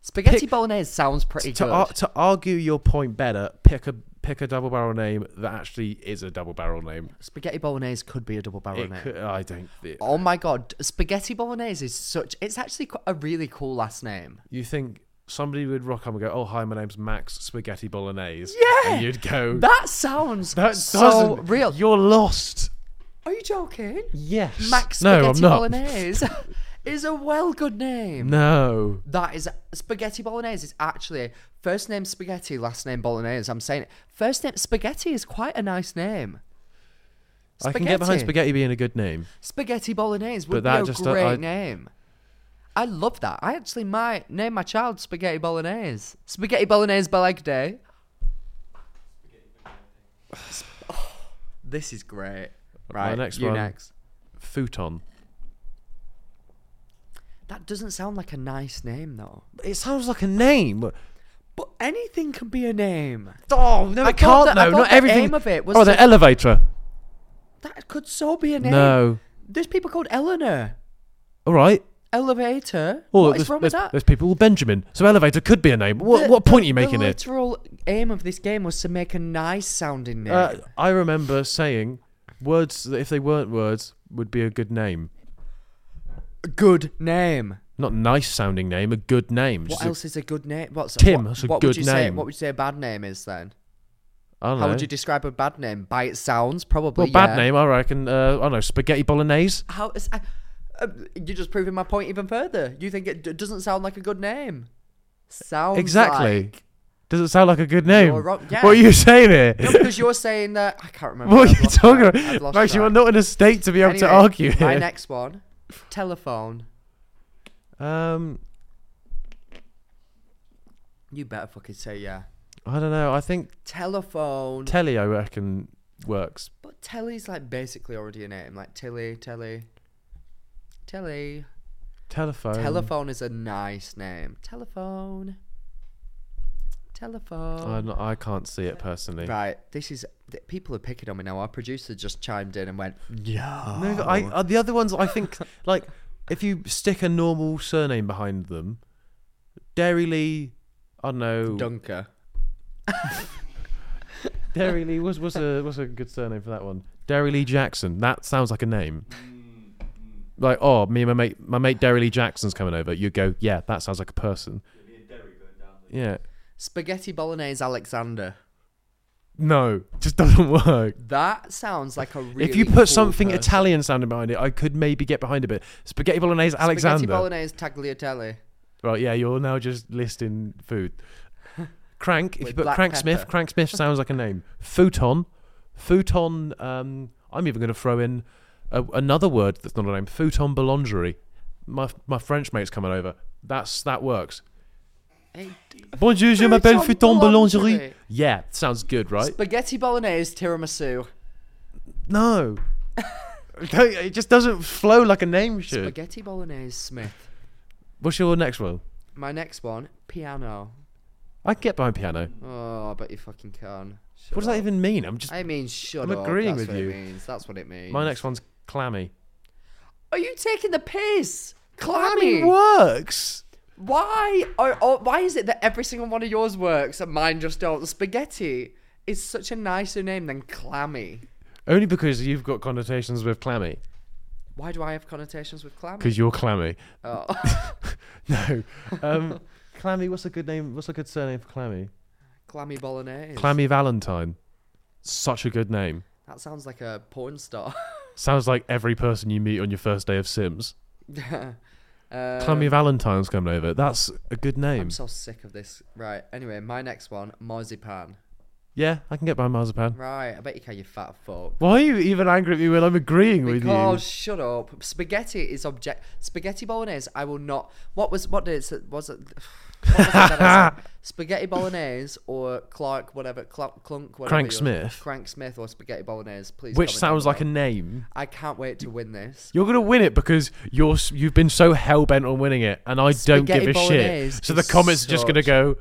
[SPEAKER 1] Spaghetti
[SPEAKER 2] Pick-
[SPEAKER 1] bolognese sounds pretty
[SPEAKER 2] to,
[SPEAKER 1] good.
[SPEAKER 2] ar- to argue your point better. Pick a pick a double barrel name that actually is a double barrel name.
[SPEAKER 1] spaghetti bolognese could be a double barrel
[SPEAKER 2] It
[SPEAKER 1] name.
[SPEAKER 2] could- I don't. it-
[SPEAKER 1] Oh my god, spaghetti bolognese is such. It's actually qu- a really cool last name.
[SPEAKER 2] you think somebody would rock up and go, "Oh hi, my name's Max Spaghetti Bolognese."
[SPEAKER 1] Yeah!
[SPEAKER 2] and you'd go.
[SPEAKER 1] That sounds
[SPEAKER 2] Oh. That
[SPEAKER 1] so
[SPEAKER 2] doesn't
[SPEAKER 1] real.
[SPEAKER 2] You're lost.
[SPEAKER 1] Are you joking?
[SPEAKER 2] Yes.
[SPEAKER 1] Max
[SPEAKER 2] no, I'm
[SPEAKER 1] Spaghetti
[SPEAKER 2] not.
[SPEAKER 1] Bolognese is a well good name.
[SPEAKER 2] No.
[SPEAKER 1] That is spaghetti bolognese is actually first name spaghetti, last name bolognese. I'm saying it. First name spaghetti is quite a nice name.
[SPEAKER 2] I can get behind spaghetti being a good name.
[SPEAKER 1] Spaghetti bolognese would
[SPEAKER 2] that
[SPEAKER 1] be a
[SPEAKER 2] just- uh,
[SPEAKER 1] great
[SPEAKER 2] I-
[SPEAKER 1] name. I love that. I actually might name my child spaghetti bolognese. Spaghetti bolognese beleg day. Sp- oh, this is great.
[SPEAKER 2] My
[SPEAKER 1] Right,
[SPEAKER 2] next
[SPEAKER 1] you
[SPEAKER 2] one.
[SPEAKER 1] next.
[SPEAKER 2] Futon.
[SPEAKER 1] That doesn't sound like a nice name though.
[SPEAKER 2] It sounds like a name.
[SPEAKER 1] But anything can be a name.
[SPEAKER 2] Oh no,
[SPEAKER 1] I
[SPEAKER 2] it
[SPEAKER 1] thought
[SPEAKER 2] can't.
[SPEAKER 1] that- I
[SPEAKER 2] no,
[SPEAKER 1] thought
[SPEAKER 2] not
[SPEAKER 1] the
[SPEAKER 2] everything.
[SPEAKER 1] aim of it was
[SPEAKER 2] oh,
[SPEAKER 1] to-
[SPEAKER 2] the elevator.
[SPEAKER 1] That could so be a name.
[SPEAKER 2] No.
[SPEAKER 1] There's people called Eleanor.
[SPEAKER 2] All right.
[SPEAKER 1] Elevator.
[SPEAKER 2] Oh,
[SPEAKER 1] what
[SPEAKER 2] there's,
[SPEAKER 1] is wrong with
[SPEAKER 2] there's-
[SPEAKER 1] that?
[SPEAKER 2] there's people. called Benjamin. So elevator could be a name. What,
[SPEAKER 1] The-
[SPEAKER 2] what point are you
[SPEAKER 1] the
[SPEAKER 2] making here?
[SPEAKER 1] literal aim of this game was to make a nice sounding name.
[SPEAKER 2] Uh, I remember saying words that if they weren't words would be a good name,
[SPEAKER 1] good name.
[SPEAKER 2] not nice sounding name, a good name.
[SPEAKER 1] What
[SPEAKER 2] Just a-
[SPEAKER 1] else is a good name? What's
[SPEAKER 2] Tim,
[SPEAKER 1] What,
[SPEAKER 2] that's a
[SPEAKER 1] what would
[SPEAKER 2] good
[SPEAKER 1] you say?
[SPEAKER 2] name.
[SPEAKER 1] What would you say a bad name is then?
[SPEAKER 2] I don't
[SPEAKER 1] How
[SPEAKER 2] know.
[SPEAKER 1] would you describe a bad name? By its sounds, probably.
[SPEAKER 2] well, bad
[SPEAKER 1] yeah.
[SPEAKER 2] name. I reckon. Uh, I don't know. Spaghetti bolognese.
[SPEAKER 1] How is? I, uh, you're just proving my point even further. You think it d- doesn't sound like a good name? Sounds
[SPEAKER 2] Exactly.
[SPEAKER 1] Oh, like-
[SPEAKER 2] Does it sound like a good name?
[SPEAKER 1] You're wrong- yeah.
[SPEAKER 2] What are you saying here?
[SPEAKER 1] No, because you're saying that I can't remember. I've
[SPEAKER 2] What are you
[SPEAKER 1] lost
[SPEAKER 2] talking
[SPEAKER 1] track. I've
[SPEAKER 2] about?
[SPEAKER 1] lost
[SPEAKER 2] Max, you
[SPEAKER 1] track.
[SPEAKER 2] are not in a state to be able to
[SPEAKER 1] Anyway,
[SPEAKER 2] argue here.
[SPEAKER 1] My next one, telephone.
[SPEAKER 2] Um,
[SPEAKER 1] You better fucking say yeah.
[SPEAKER 2] I don't know. I think
[SPEAKER 1] Telephone.
[SPEAKER 2] telly, I reckon, works.
[SPEAKER 1] but telly's like basically already a name. Like Tilly, Telly. Tilly.
[SPEAKER 2] Telephone.
[SPEAKER 1] Telephone is a nice name. Telephone. Telephone.
[SPEAKER 2] I'm not, I can't see it personally.
[SPEAKER 1] Right, this is. th- People are picking on me now. Our producer just chimed in and went, no.
[SPEAKER 2] No, but I, uh, the other ones I think like if you stick a normal surname behind them, Dairy Lee. I don't know.
[SPEAKER 1] Dunker.
[SPEAKER 2] Dairy Lee was was a was a good surname for that one. Dairy Lee Jackson. That sounds like a name.
[SPEAKER 1] Mm,
[SPEAKER 2] Like oh, me and my mate, my mate Derry Lee Jackson's coming over. You go, yeah, that sounds like a person. Yeah,
[SPEAKER 1] Spaghetti Bolognese Alexander.
[SPEAKER 2] no, just doesn't work.
[SPEAKER 1] That sounds like a really.
[SPEAKER 2] if you
[SPEAKER 1] cool
[SPEAKER 2] put something
[SPEAKER 1] person.
[SPEAKER 2] Italian sounding behind it, I could maybe get behind a bit. Spaghetti bolognese,
[SPEAKER 1] Spaghetti
[SPEAKER 2] Alexander.
[SPEAKER 1] Bolognese Tagliatelle.
[SPEAKER 2] Right, yeah, you're now just listing food. Crank, if
[SPEAKER 1] With
[SPEAKER 2] you put
[SPEAKER 1] black
[SPEAKER 2] Crank Smith,
[SPEAKER 1] pepper.
[SPEAKER 2] Crank Smith sounds like a name. Futon, futon. Um, I'm even going to throw in a, another word that's not a name. Futon boulangerie. My my French mate's coming over. That's that works.
[SPEAKER 1] Hey,
[SPEAKER 2] Bonjour, je m'appelle
[SPEAKER 1] Futon
[SPEAKER 2] Futon
[SPEAKER 1] boulangerie.
[SPEAKER 2] boulangerie. Yeah, sounds good, right?
[SPEAKER 1] Spaghetti Bolognese Tiramisu.
[SPEAKER 2] No, Don't- it just doesn't flow like a name should.
[SPEAKER 1] Spaghetti Bolognese Smith.
[SPEAKER 2] What's your next one?
[SPEAKER 1] My next one, piano.
[SPEAKER 2] I can get behind piano.
[SPEAKER 1] Oh, I bet you fucking can. Shut
[SPEAKER 2] What does that
[SPEAKER 1] up.
[SPEAKER 2] even mean? I'm just
[SPEAKER 1] I mean, shut
[SPEAKER 2] I'm
[SPEAKER 1] up.
[SPEAKER 2] agreeing
[SPEAKER 1] That's
[SPEAKER 2] with
[SPEAKER 1] what
[SPEAKER 2] you.
[SPEAKER 1] It means. That's what it means.
[SPEAKER 2] my next one's clammy.
[SPEAKER 1] Are you taking the piss?
[SPEAKER 2] Clammy
[SPEAKER 1] Clammy.
[SPEAKER 2] works.
[SPEAKER 1] Why? Are, are, why is it that every single one of yours works and mine just don't? Spaghetti is such a nicer name than clammy.
[SPEAKER 2] Only because you've got connotations with clammy.
[SPEAKER 1] Why do I have connotations with clammy?
[SPEAKER 2] Because you're clammy.
[SPEAKER 1] Oh.
[SPEAKER 2] No. Um, clammy, what's a good name? What's a good surname for clammy?
[SPEAKER 1] clammy bolognese.
[SPEAKER 2] Clammy Valentine. Such a good name.
[SPEAKER 1] That sounds like a porn star.
[SPEAKER 2] Sounds like every person you meet on your first day of Sims.
[SPEAKER 1] um,
[SPEAKER 2] Clammy Valentine's coming over. That's a good name.
[SPEAKER 1] I'm so sick of this. Right. Anyway, my next one, marzipan.
[SPEAKER 2] yeah, I can get by Marzipan.
[SPEAKER 1] Right. I bet you can. You fat fuck.
[SPEAKER 2] Why are you even angry at me when I'm agreeing with
[SPEAKER 1] Oh,
[SPEAKER 2] you?
[SPEAKER 1] shut up! Spaghetti is object. Spaghetti bolognese. I will not. What was what did it say- was it? What was it that I said? spaghetti bolognese or Clark whatever Clark, Clunk whatever.
[SPEAKER 2] Crank
[SPEAKER 1] yours-
[SPEAKER 2] Smith.
[SPEAKER 1] Crank Smith or spaghetti bolognese, please.
[SPEAKER 2] Which
[SPEAKER 1] comment
[SPEAKER 2] sounds
[SPEAKER 1] down
[SPEAKER 2] like a name.
[SPEAKER 1] below. I can't wait to win this.
[SPEAKER 2] You're gonna win it because you're s- you've been so hell bent on winning it, and I don't give
[SPEAKER 1] Spaghetti
[SPEAKER 2] a
[SPEAKER 1] bolognese
[SPEAKER 2] shit. So the
[SPEAKER 1] is
[SPEAKER 2] comments are just gonna
[SPEAKER 1] such-
[SPEAKER 2] go.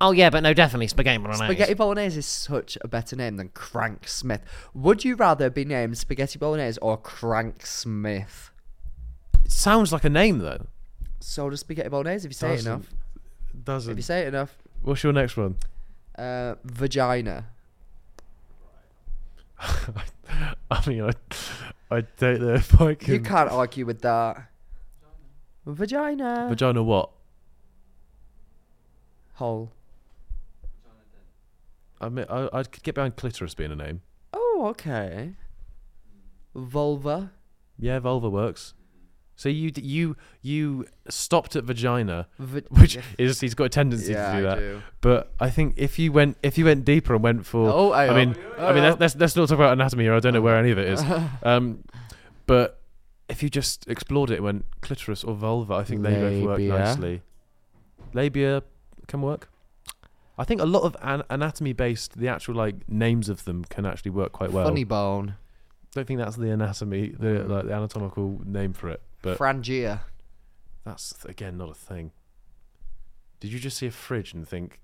[SPEAKER 3] Oh yeah, but no, definitely spaghetti bolognese.
[SPEAKER 1] Spaghetti bolognese is such a better name than Crank Smith. Would you rather be named Spaghetti Bolognese or Crank Smith?
[SPEAKER 2] It sounds like a name though.
[SPEAKER 1] So does Spaghetti Bolognese if you say it
[SPEAKER 2] Doesn't-
[SPEAKER 1] enough. If you
[SPEAKER 2] Doesn't.
[SPEAKER 1] say it enough,
[SPEAKER 2] What's your next one?
[SPEAKER 1] uh, vagina.
[SPEAKER 2] I mean, I, I don't know if I can.
[SPEAKER 1] You can't argue with that. Vagina.
[SPEAKER 2] Vagina what?
[SPEAKER 1] Hole.
[SPEAKER 2] I mean, I, I could get behind clitoris being a name.
[SPEAKER 1] Oh, okay. Vulva.
[SPEAKER 2] Yeah, vulva works. So you d- you you stopped at vagina,
[SPEAKER 1] Va-
[SPEAKER 2] which is he's got a tendency
[SPEAKER 1] Yeah,
[SPEAKER 2] to
[SPEAKER 1] I
[SPEAKER 2] do that.
[SPEAKER 1] do.
[SPEAKER 2] But I think if you went if you went deeper and went for
[SPEAKER 1] Oh, I
[SPEAKER 2] I mean, I mean, let's, let's let's not talk about anatomy here. I don't know where any of it is. Um, but if you just explored it, and went clitoris or vulva. I think they both work
[SPEAKER 1] Labia.
[SPEAKER 2] nicely. Labia can work. I think a lot of an- anatomy based, the actual like names of them can actually work quite well.
[SPEAKER 1] Funny bone.
[SPEAKER 2] Don't think that's the anatomy, the like the anatomical name for it. But
[SPEAKER 1] Frangia.
[SPEAKER 2] that's again not a thing. Did you just see a fridge and think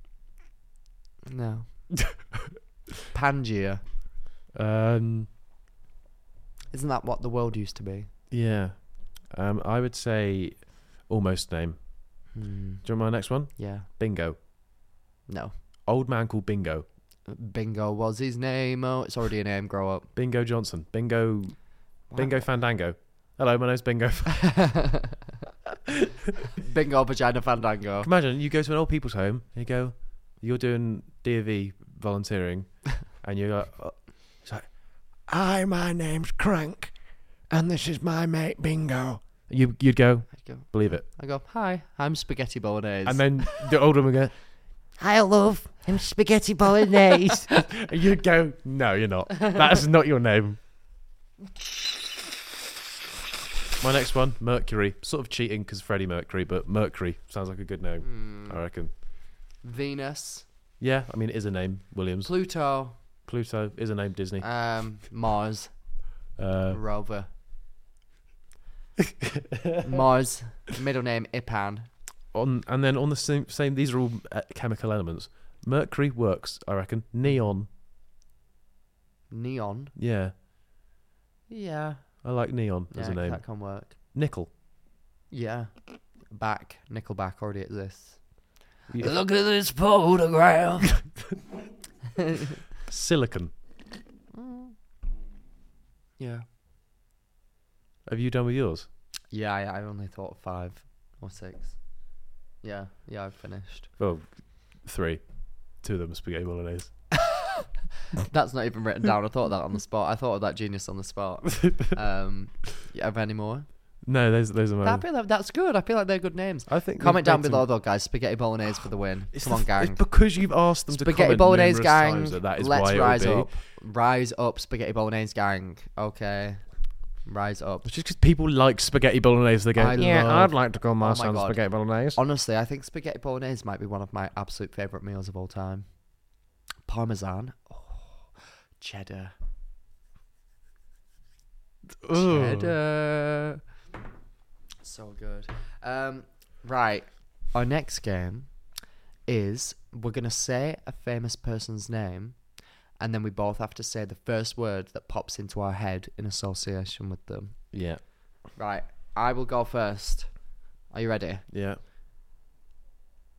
[SPEAKER 1] No. Pangaea.
[SPEAKER 2] Um,
[SPEAKER 1] Isn't that what the world used to be?
[SPEAKER 2] yeah. Um, I would say almost name.
[SPEAKER 1] Hmm.
[SPEAKER 2] Do you want my next one?
[SPEAKER 1] Yeah.
[SPEAKER 2] Bingo.
[SPEAKER 1] No.
[SPEAKER 2] Old man called Bingo.
[SPEAKER 1] Bingo was his name. Oh, it's already a name. Grow up.
[SPEAKER 2] Bingo Johnson. Bingo.
[SPEAKER 1] Wow.
[SPEAKER 2] Bingo Fandango. Hello, my name's Bingo.
[SPEAKER 1] Bingo vagina fandango.
[SPEAKER 2] Imagine you go to an old people's home and you go, you're doing D of E volunteering, and you're like, uh, it's like, hi, my name's Crank, and this is my mate Bingo. You you'd go,
[SPEAKER 1] I go,
[SPEAKER 2] believe it,
[SPEAKER 1] I go. Hi, I'm spaghetti bolognese.
[SPEAKER 2] and then the old woman go,
[SPEAKER 3] Hi, love. I'm spaghetti bolognese.
[SPEAKER 2] and you'd go, no, you're not. That's not your name. My next one, Mercury. Sort of cheating because Freddie Mercury, but Mercury sounds like a good name, I reckon.
[SPEAKER 1] Hmm, Venus,
[SPEAKER 2] Yeah, I mean, it is a name, Williams.
[SPEAKER 1] Pluto,
[SPEAKER 2] Pluto is a name, Disney.
[SPEAKER 1] um, Mars,
[SPEAKER 2] Uh,
[SPEAKER 1] rover. Mars, middle name Ipan.
[SPEAKER 2] on and then on the same, same these are all uh, chemical elements. Mercury works, I reckon. Neon,
[SPEAKER 1] Neon.
[SPEAKER 2] yeah,
[SPEAKER 1] Yeah.
[SPEAKER 2] I like neon as
[SPEAKER 1] yeah,
[SPEAKER 2] a name.
[SPEAKER 1] That can work.
[SPEAKER 2] Nickel,
[SPEAKER 1] Yeah. Back. Nickelback already exists.
[SPEAKER 2] Yeah.
[SPEAKER 1] Look at this photograph.
[SPEAKER 2] silicon.
[SPEAKER 1] yeah.
[SPEAKER 2] Have you done with yours?
[SPEAKER 1] Yeah, I, I only thought five or six. Yeah, yeah, I've finished.
[SPEAKER 2] Well, three, two of them are spaghetti bolognese.
[SPEAKER 1] That's not even written down. I thought of that on the spot. I thought of that genius on the spot. Um, you have any more?
[SPEAKER 2] No, those those are
[SPEAKER 1] I
[SPEAKER 2] mine.
[SPEAKER 1] feel like that's good. I feel like they're good names.
[SPEAKER 2] I think
[SPEAKER 1] Comment
[SPEAKER 2] we've
[SPEAKER 1] down
[SPEAKER 2] made some-
[SPEAKER 1] below though, guys. Spaghetti bolognese for the win.
[SPEAKER 2] It's
[SPEAKER 1] Come
[SPEAKER 2] the
[SPEAKER 1] on,
[SPEAKER 2] f-
[SPEAKER 1] gang.
[SPEAKER 2] It's because you've asked them to
[SPEAKER 1] Spaghetti
[SPEAKER 2] comment
[SPEAKER 1] bolognese
[SPEAKER 2] numerous
[SPEAKER 1] gang.
[SPEAKER 2] times that that is
[SPEAKER 1] Let's
[SPEAKER 2] why it would
[SPEAKER 1] rise
[SPEAKER 2] be.
[SPEAKER 1] up. Rise up, spaghetti bolognese gang. Okay, rise up.
[SPEAKER 2] Just because people like spaghetti bolognese, they go,
[SPEAKER 1] I
[SPEAKER 2] "Yeah,
[SPEAKER 1] love- Oh
[SPEAKER 2] I'd like to call my
[SPEAKER 1] my
[SPEAKER 2] son
[SPEAKER 1] God.
[SPEAKER 2] spaghetti bolognese."
[SPEAKER 1] Honestly, I think spaghetti bolognese might be one of my absolute favorite meals of all time. Parmesan, oh, cheddar.
[SPEAKER 2] Ooh.
[SPEAKER 1] Cheddar. So good. Um, right. Our next game is we're going to say a famous person's name, and then we both have to say the first word that pops into our head in association with them.
[SPEAKER 2] Yeah,
[SPEAKER 1] Right. I will go first. Are you ready?
[SPEAKER 2] yeah.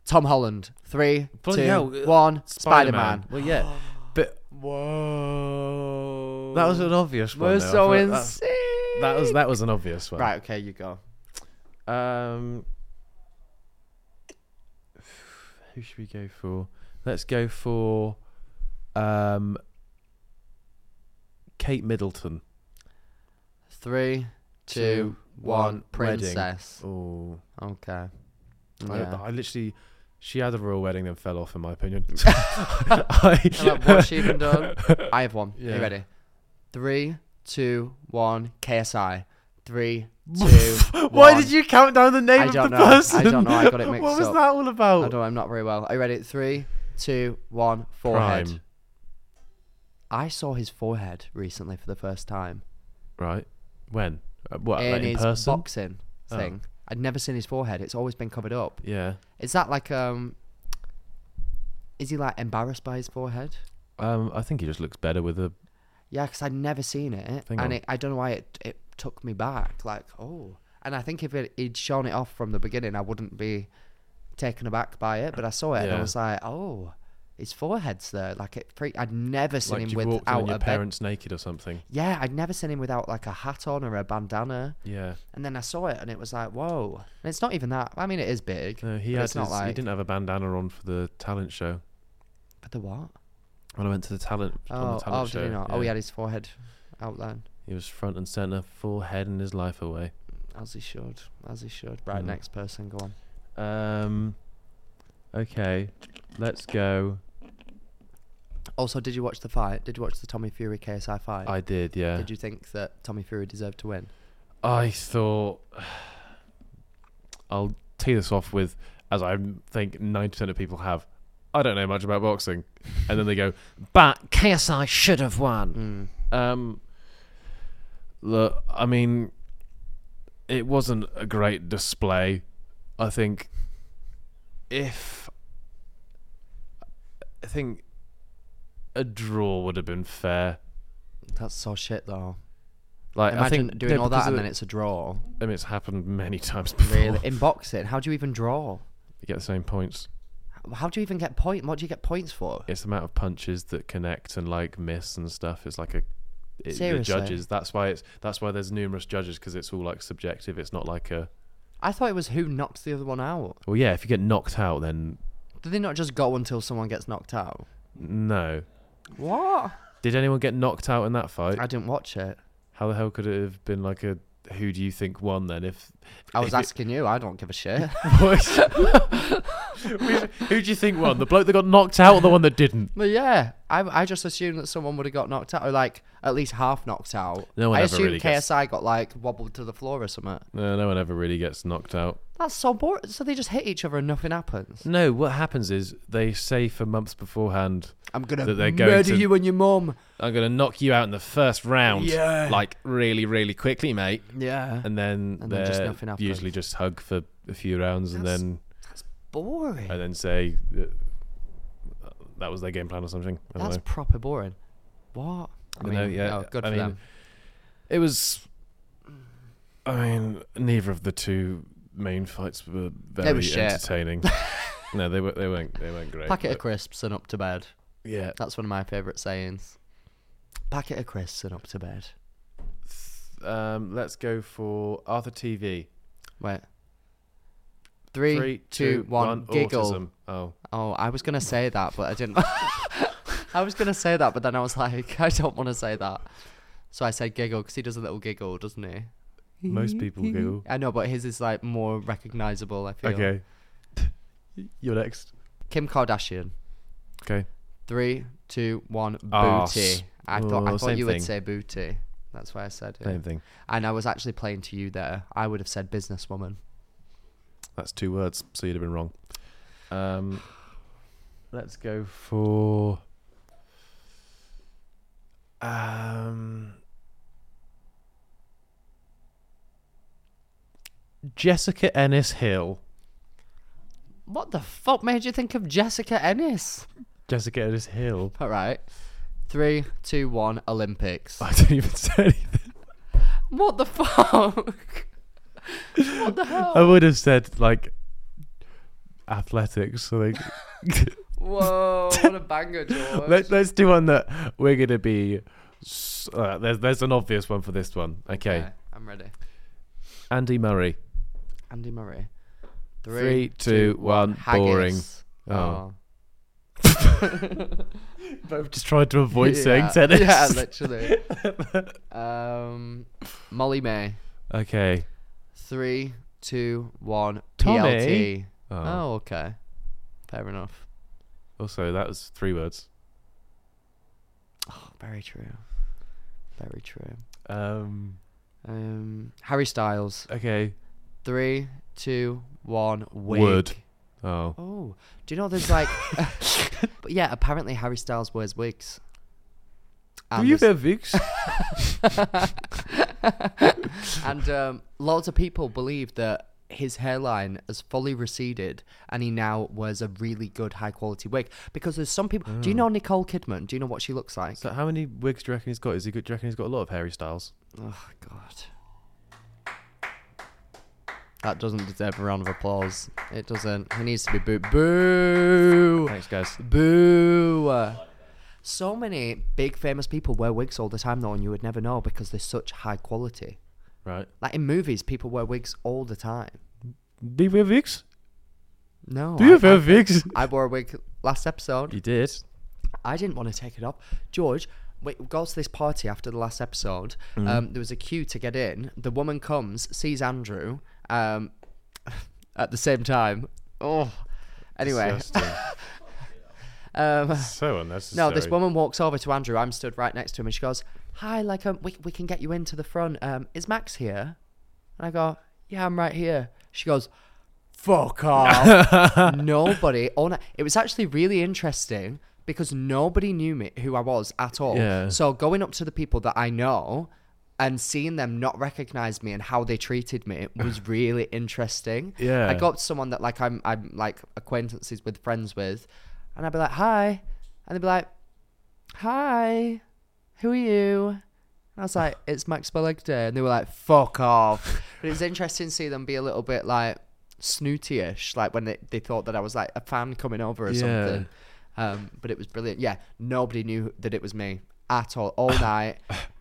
[SPEAKER 1] Tom Holland. Three,
[SPEAKER 2] Bloody
[SPEAKER 1] two,
[SPEAKER 2] hell, uh,
[SPEAKER 1] one. Spider
[SPEAKER 2] Spider-Man.
[SPEAKER 1] Man.
[SPEAKER 2] Well, yeah, but
[SPEAKER 1] Whoa.
[SPEAKER 2] that was an obvious one.
[SPEAKER 1] We're
[SPEAKER 2] though.
[SPEAKER 1] so
[SPEAKER 2] I feel like that's-
[SPEAKER 1] insane.
[SPEAKER 2] That was that was an obvious one.
[SPEAKER 1] Right. Okay. You go.
[SPEAKER 2] Um, who should we go for? Let's go for um, Kate Middleton.
[SPEAKER 1] Three, two,
[SPEAKER 2] Two,
[SPEAKER 1] one.
[SPEAKER 2] one,
[SPEAKER 1] Princess.
[SPEAKER 2] Oh,
[SPEAKER 1] Okay.
[SPEAKER 2] I,
[SPEAKER 1] Yeah.
[SPEAKER 2] I literally. She had a royal wedding, then fell off. In my opinion, I,
[SPEAKER 1] Tell her what she even done. I have one. Are
[SPEAKER 2] Yeah.
[SPEAKER 1] you ready? Three, two, one. KSI. Three, two.
[SPEAKER 2] Why
[SPEAKER 1] one.
[SPEAKER 2] did you count down the name
[SPEAKER 1] I
[SPEAKER 2] of
[SPEAKER 1] don't
[SPEAKER 2] the
[SPEAKER 1] know. I
[SPEAKER 2] person?
[SPEAKER 1] don't know. I got it mixed
[SPEAKER 2] What was
[SPEAKER 1] up.
[SPEAKER 2] that all about?
[SPEAKER 1] I don't. I'm not very well. Are you ready? Three, two, one. Forehead.
[SPEAKER 2] Prime.
[SPEAKER 1] I saw his forehead recently for the first time
[SPEAKER 2] Right. When? Uh, what?
[SPEAKER 1] in
[SPEAKER 2] like in
[SPEAKER 1] his
[SPEAKER 2] person?
[SPEAKER 1] boxing
[SPEAKER 2] Oh.
[SPEAKER 1] thing. I'd never seen his forehead. It's always been covered up.
[SPEAKER 2] Yeah.
[SPEAKER 1] Is that like um? Is he like embarrassed by his forehead?
[SPEAKER 2] Um, I think he just looks better with a.
[SPEAKER 1] Yeah, because I'd never seen it,
[SPEAKER 2] Hang on.
[SPEAKER 1] and it, I don't know why it it took me back. Like, oh, and I think if it, he'd shown it off from the beginning, I wouldn't be taken aback by it. But I saw it, and I
[SPEAKER 2] Yeah.
[SPEAKER 1] was like, oh, his forehead's there. Like, it freak. I'd never seen
[SPEAKER 2] Like
[SPEAKER 1] him
[SPEAKER 2] you walked in
[SPEAKER 1] without
[SPEAKER 2] and your
[SPEAKER 1] a bed.
[SPEAKER 2] parents naked or something.
[SPEAKER 1] Yeah, I'd never seen him without like a hat on or a bandana.
[SPEAKER 2] Yeah.
[SPEAKER 1] And then I saw it, and it was like, whoa. And it's not even that. I mean, it is big.
[SPEAKER 2] No, he
[SPEAKER 1] but
[SPEAKER 2] had
[SPEAKER 1] it's not
[SPEAKER 2] his-
[SPEAKER 1] like.
[SPEAKER 2] he didn't have a bandana on for the talent show.
[SPEAKER 1] But the what?
[SPEAKER 2] When I went to the talent on
[SPEAKER 1] Oh,
[SPEAKER 2] the talent
[SPEAKER 1] oh,
[SPEAKER 2] show,
[SPEAKER 1] did he not? Oh,
[SPEAKER 2] yeah,
[SPEAKER 1] he had his forehead out then.
[SPEAKER 2] he was front and center, full head and his life away.
[SPEAKER 1] As he should. As he should. Right,
[SPEAKER 2] Mm.
[SPEAKER 1] next person, go on.
[SPEAKER 2] Um, okay, let's go.
[SPEAKER 1] Also, did you watch the fight? Did you watch the Tommy Fury KSI fight?
[SPEAKER 2] I did, yeah.
[SPEAKER 1] Did you think that Tommy Fury deserved to win?
[SPEAKER 2] I thought I'll tee this off with, as I think ninety percent of people have, I don't know much about boxing, and then they go,
[SPEAKER 3] but KSI should have won.
[SPEAKER 1] Mm.
[SPEAKER 2] Um, look, I mean, it wasn't a great display. I think if I think a draw would have been fair.
[SPEAKER 1] That's so shit though.
[SPEAKER 2] Like I
[SPEAKER 1] Imagine
[SPEAKER 2] think,
[SPEAKER 1] doing
[SPEAKER 2] no,
[SPEAKER 1] all
[SPEAKER 2] because
[SPEAKER 1] that and
[SPEAKER 2] of-
[SPEAKER 1] then it's a draw.
[SPEAKER 2] I mean, it's happened many times before.
[SPEAKER 1] Really, in boxing, how do you even draw?
[SPEAKER 2] You get the same points.
[SPEAKER 1] How do you even get point? What do you get points for?
[SPEAKER 2] It's the amount of punches that connect and like miss and stuff. It's like a it, the
[SPEAKER 1] Seriously?
[SPEAKER 2] judges. That's why it's that's why there's numerous judges because it's all like subjective. It's not like a
[SPEAKER 1] I thought it was who knocks the other one out.
[SPEAKER 2] well, yeah. If you get knocked out, then
[SPEAKER 1] Do they not just go until someone gets knocked out?
[SPEAKER 2] no.
[SPEAKER 1] What?
[SPEAKER 2] Did anyone get knocked out in that fight?
[SPEAKER 1] I didn't watch it.
[SPEAKER 2] How the hell could it have been like a who do you think won then? If
[SPEAKER 1] I was
[SPEAKER 2] if it-
[SPEAKER 1] asking you. I don't give a shit.
[SPEAKER 2] who do you think won? The bloke that got knocked out or the one that didn't?
[SPEAKER 1] but yeah, I, I just assumed that someone would have got knocked out, or like at least half knocked out.
[SPEAKER 2] No one
[SPEAKER 1] I
[SPEAKER 2] ever
[SPEAKER 1] assumed
[SPEAKER 2] really gets-
[SPEAKER 1] KSI got like wobbled to the floor or something.
[SPEAKER 2] No, no one ever really gets knocked out.
[SPEAKER 1] That's so boring. So they just hit each other and nothing happens.
[SPEAKER 2] No, what happens is they say for months beforehand,
[SPEAKER 1] I'm gonna
[SPEAKER 2] That they're going
[SPEAKER 1] murder
[SPEAKER 2] to-
[SPEAKER 1] you and your mum.
[SPEAKER 2] I'm going to knock you out in the first round.
[SPEAKER 1] Yeah.
[SPEAKER 2] Like really, really quickly, mate.
[SPEAKER 1] Yeah.
[SPEAKER 2] And then
[SPEAKER 1] And then just
[SPEAKER 2] they
[SPEAKER 1] nothing happens.
[SPEAKER 2] usually just hug for a few rounds and
[SPEAKER 1] That's-
[SPEAKER 2] then
[SPEAKER 1] That's boring.
[SPEAKER 2] and then say that that was their game plan or something. I don't
[SPEAKER 1] That's
[SPEAKER 2] know.
[SPEAKER 1] proper boring. What? I
[SPEAKER 2] I
[SPEAKER 1] mean,
[SPEAKER 2] know, yeah,
[SPEAKER 1] oh, good
[SPEAKER 2] I
[SPEAKER 1] for
[SPEAKER 2] mean,
[SPEAKER 1] them.
[SPEAKER 2] It was. I mean, neither of the two main fights were very
[SPEAKER 1] were shit.
[SPEAKER 2] entertaining. no, they were. They weren't. They weren't great.
[SPEAKER 1] Packet of
[SPEAKER 2] but-
[SPEAKER 1] crisps and up to bed.
[SPEAKER 2] yeah,
[SPEAKER 1] That's one of my favourite sayings. Packet of crisps and up to bed.
[SPEAKER 2] Um, let's go for Arthur TV.
[SPEAKER 1] Wait. Three, two, one.
[SPEAKER 2] Three, two, one.
[SPEAKER 1] Giggle.
[SPEAKER 2] Autism. Oh,
[SPEAKER 1] Oh, I was gonna say that, but I didn't. I was gonna say that, but then I was like, I don't want to say that. So I said giggle because he does a little giggle, doesn't he?
[SPEAKER 2] most people giggle.
[SPEAKER 1] I know, but his is like more recognizable. I feel.
[SPEAKER 2] Okay. You're next.
[SPEAKER 1] Kim Kardashian.
[SPEAKER 2] Okay.
[SPEAKER 1] Three, two, one.
[SPEAKER 2] Arse.
[SPEAKER 1] Booty. I thought
[SPEAKER 2] Oh,
[SPEAKER 1] I thought
[SPEAKER 2] same
[SPEAKER 1] you
[SPEAKER 2] thing.
[SPEAKER 1] would say booty. That's why I said it.
[SPEAKER 2] Same thing.
[SPEAKER 1] And I was actually playing to you there. I would have said businesswoman.
[SPEAKER 2] That's two words, so you'd have been wrong. Um, let's go for. Um, Jessica Ennis Hill.
[SPEAKER 1] What the fuck made you think of Jessica Ennis?
[SPEAKER 2] Jessica Ennis Hill.
[SPEAKER 1] All right. Three, two, one. Olympics.
[SPEAKER 2] I didn't even say anything.
[SPEAKER 1] What the fuck? what the hell?
[SPEAKER 2] I would have said like athletics. So like,
[SPEAKER 1] Whoa, what a banger, George.
[SPEAKER 2] let, let's do one that we're gonna be. s- Uh, there's there's an obvious one for this one. Okay,
[SPEAKER 1] Okay, I'm ready.
[SPEAKER 2] Andy Murray.
[SPEAKER 1] Andy Murray.
[SPEAKER 2] Three, two, one. Boring. Oh. Both just tried to avoid saying
[SPEAKER 1] Yeah,
[SPEAKER 2] tennis.
[SPEAKER 1] Yeah, literally. um, Molly May.
[SPEAKER 2] okay.
[SPEAKER 1] Three, two, one.
[SPEAKER 2] Tommy?
[SPEAKER 1] PLT.
[SPEAKER 2] Oh.
[SPEAKER 1] Oh, okay. Fair enough.
[SPEAKER 2] Also, that was three words.
[SPEAKER 1] Oh, very true. Very true.
[SPEAKER 2] Um.
[SPEAKER 1] Um, Harry Styles.
[SPEAKER 2] Okay.
[SPEAKER 1] Three, two, one. Wig.
[SPEAKER 2] Word. Oh.
[SPEAKER 1] Oh, do you know there's like, but yeah, apparently Harry Styles wears wigs. And, there's-
[SPEAKER 2] Vix?
[SPEAKER 1] and um, lots of people believe that his hairline has fully receded and he now wears a really good high quality wig because there's some people. Do you know Nicole Kidman? Do you know what she looks like?
[SPEAKER 2] so, how many wigs do you reckon he's got? Is he good? Do you reckon he's got a lot of Harry Styles?
[SPEAKER 1] Oh God. That doesn't deserve a round of applause. It doesn't. He needs to be booed. Boo!
[SPEAKER 2] Thanks, guys.
[SPEAKER 1] Boo! So many big famous people wear wigs all the time though, and you would never know because they're such high quality.
[SPEAKER 2] Right.
[SPEAKER 1] Like in movies, people wear wigs all the time.
[SPEAKER 2] Do you wear Vix?
[SPEAKER 1] No,
[SPEAKER 2] Do you
[SPEAKER 1] I,
[SPEAKER 2] wear Vix?
[SPEAKER 1] I, I wore a wig last episode.
[SPEAKER 2] You did.
[SPEAKER 1] I didn't want to take it off. George, we we go to this party after the last episode. Um, there was a queue to get in. The woman comes, sees Andrew um, at the same time. Oh, anyway,
[SPEAKER 2] Disgusting.
[SPEAKER 1] um,
[SPEAKER 2] so unnecessary.
[SPEAKER 1] No, this woman walks over to Andrew. I'm stood right next to him, and she goes, "Hi, like, um, we we can get you into the front. Um, is Max here?" And I go, "Yeah, I'm right here." She goes, "Fuck off." nobody. On it was actually really interesting because nobody knew me who I was at all.
[SPEAKER 2] Yeah.
[SPEAKER 1] So going up to the people that I know. And seeing them not recognize me and how they treated me was really interesting.
[SPEAKER 2] Yeah.
[SPEAKER 1] I got someone that like I'm I'm like acquaintances with friends with, and I'd be like, "Hi," and they'd be like, "Hi, who are you?" And I was like, "It's Max Day," and they were like, "Fuck off." but it's interesting to see them be a little bit like snooty-ish, like when they, they thought that I was like a fan coming over or
[SPEAKER 2] Yeah.
[SPEAKER 1] something. Um, but it was brilliant. Yeah, nobody knew that it was me at all. All night,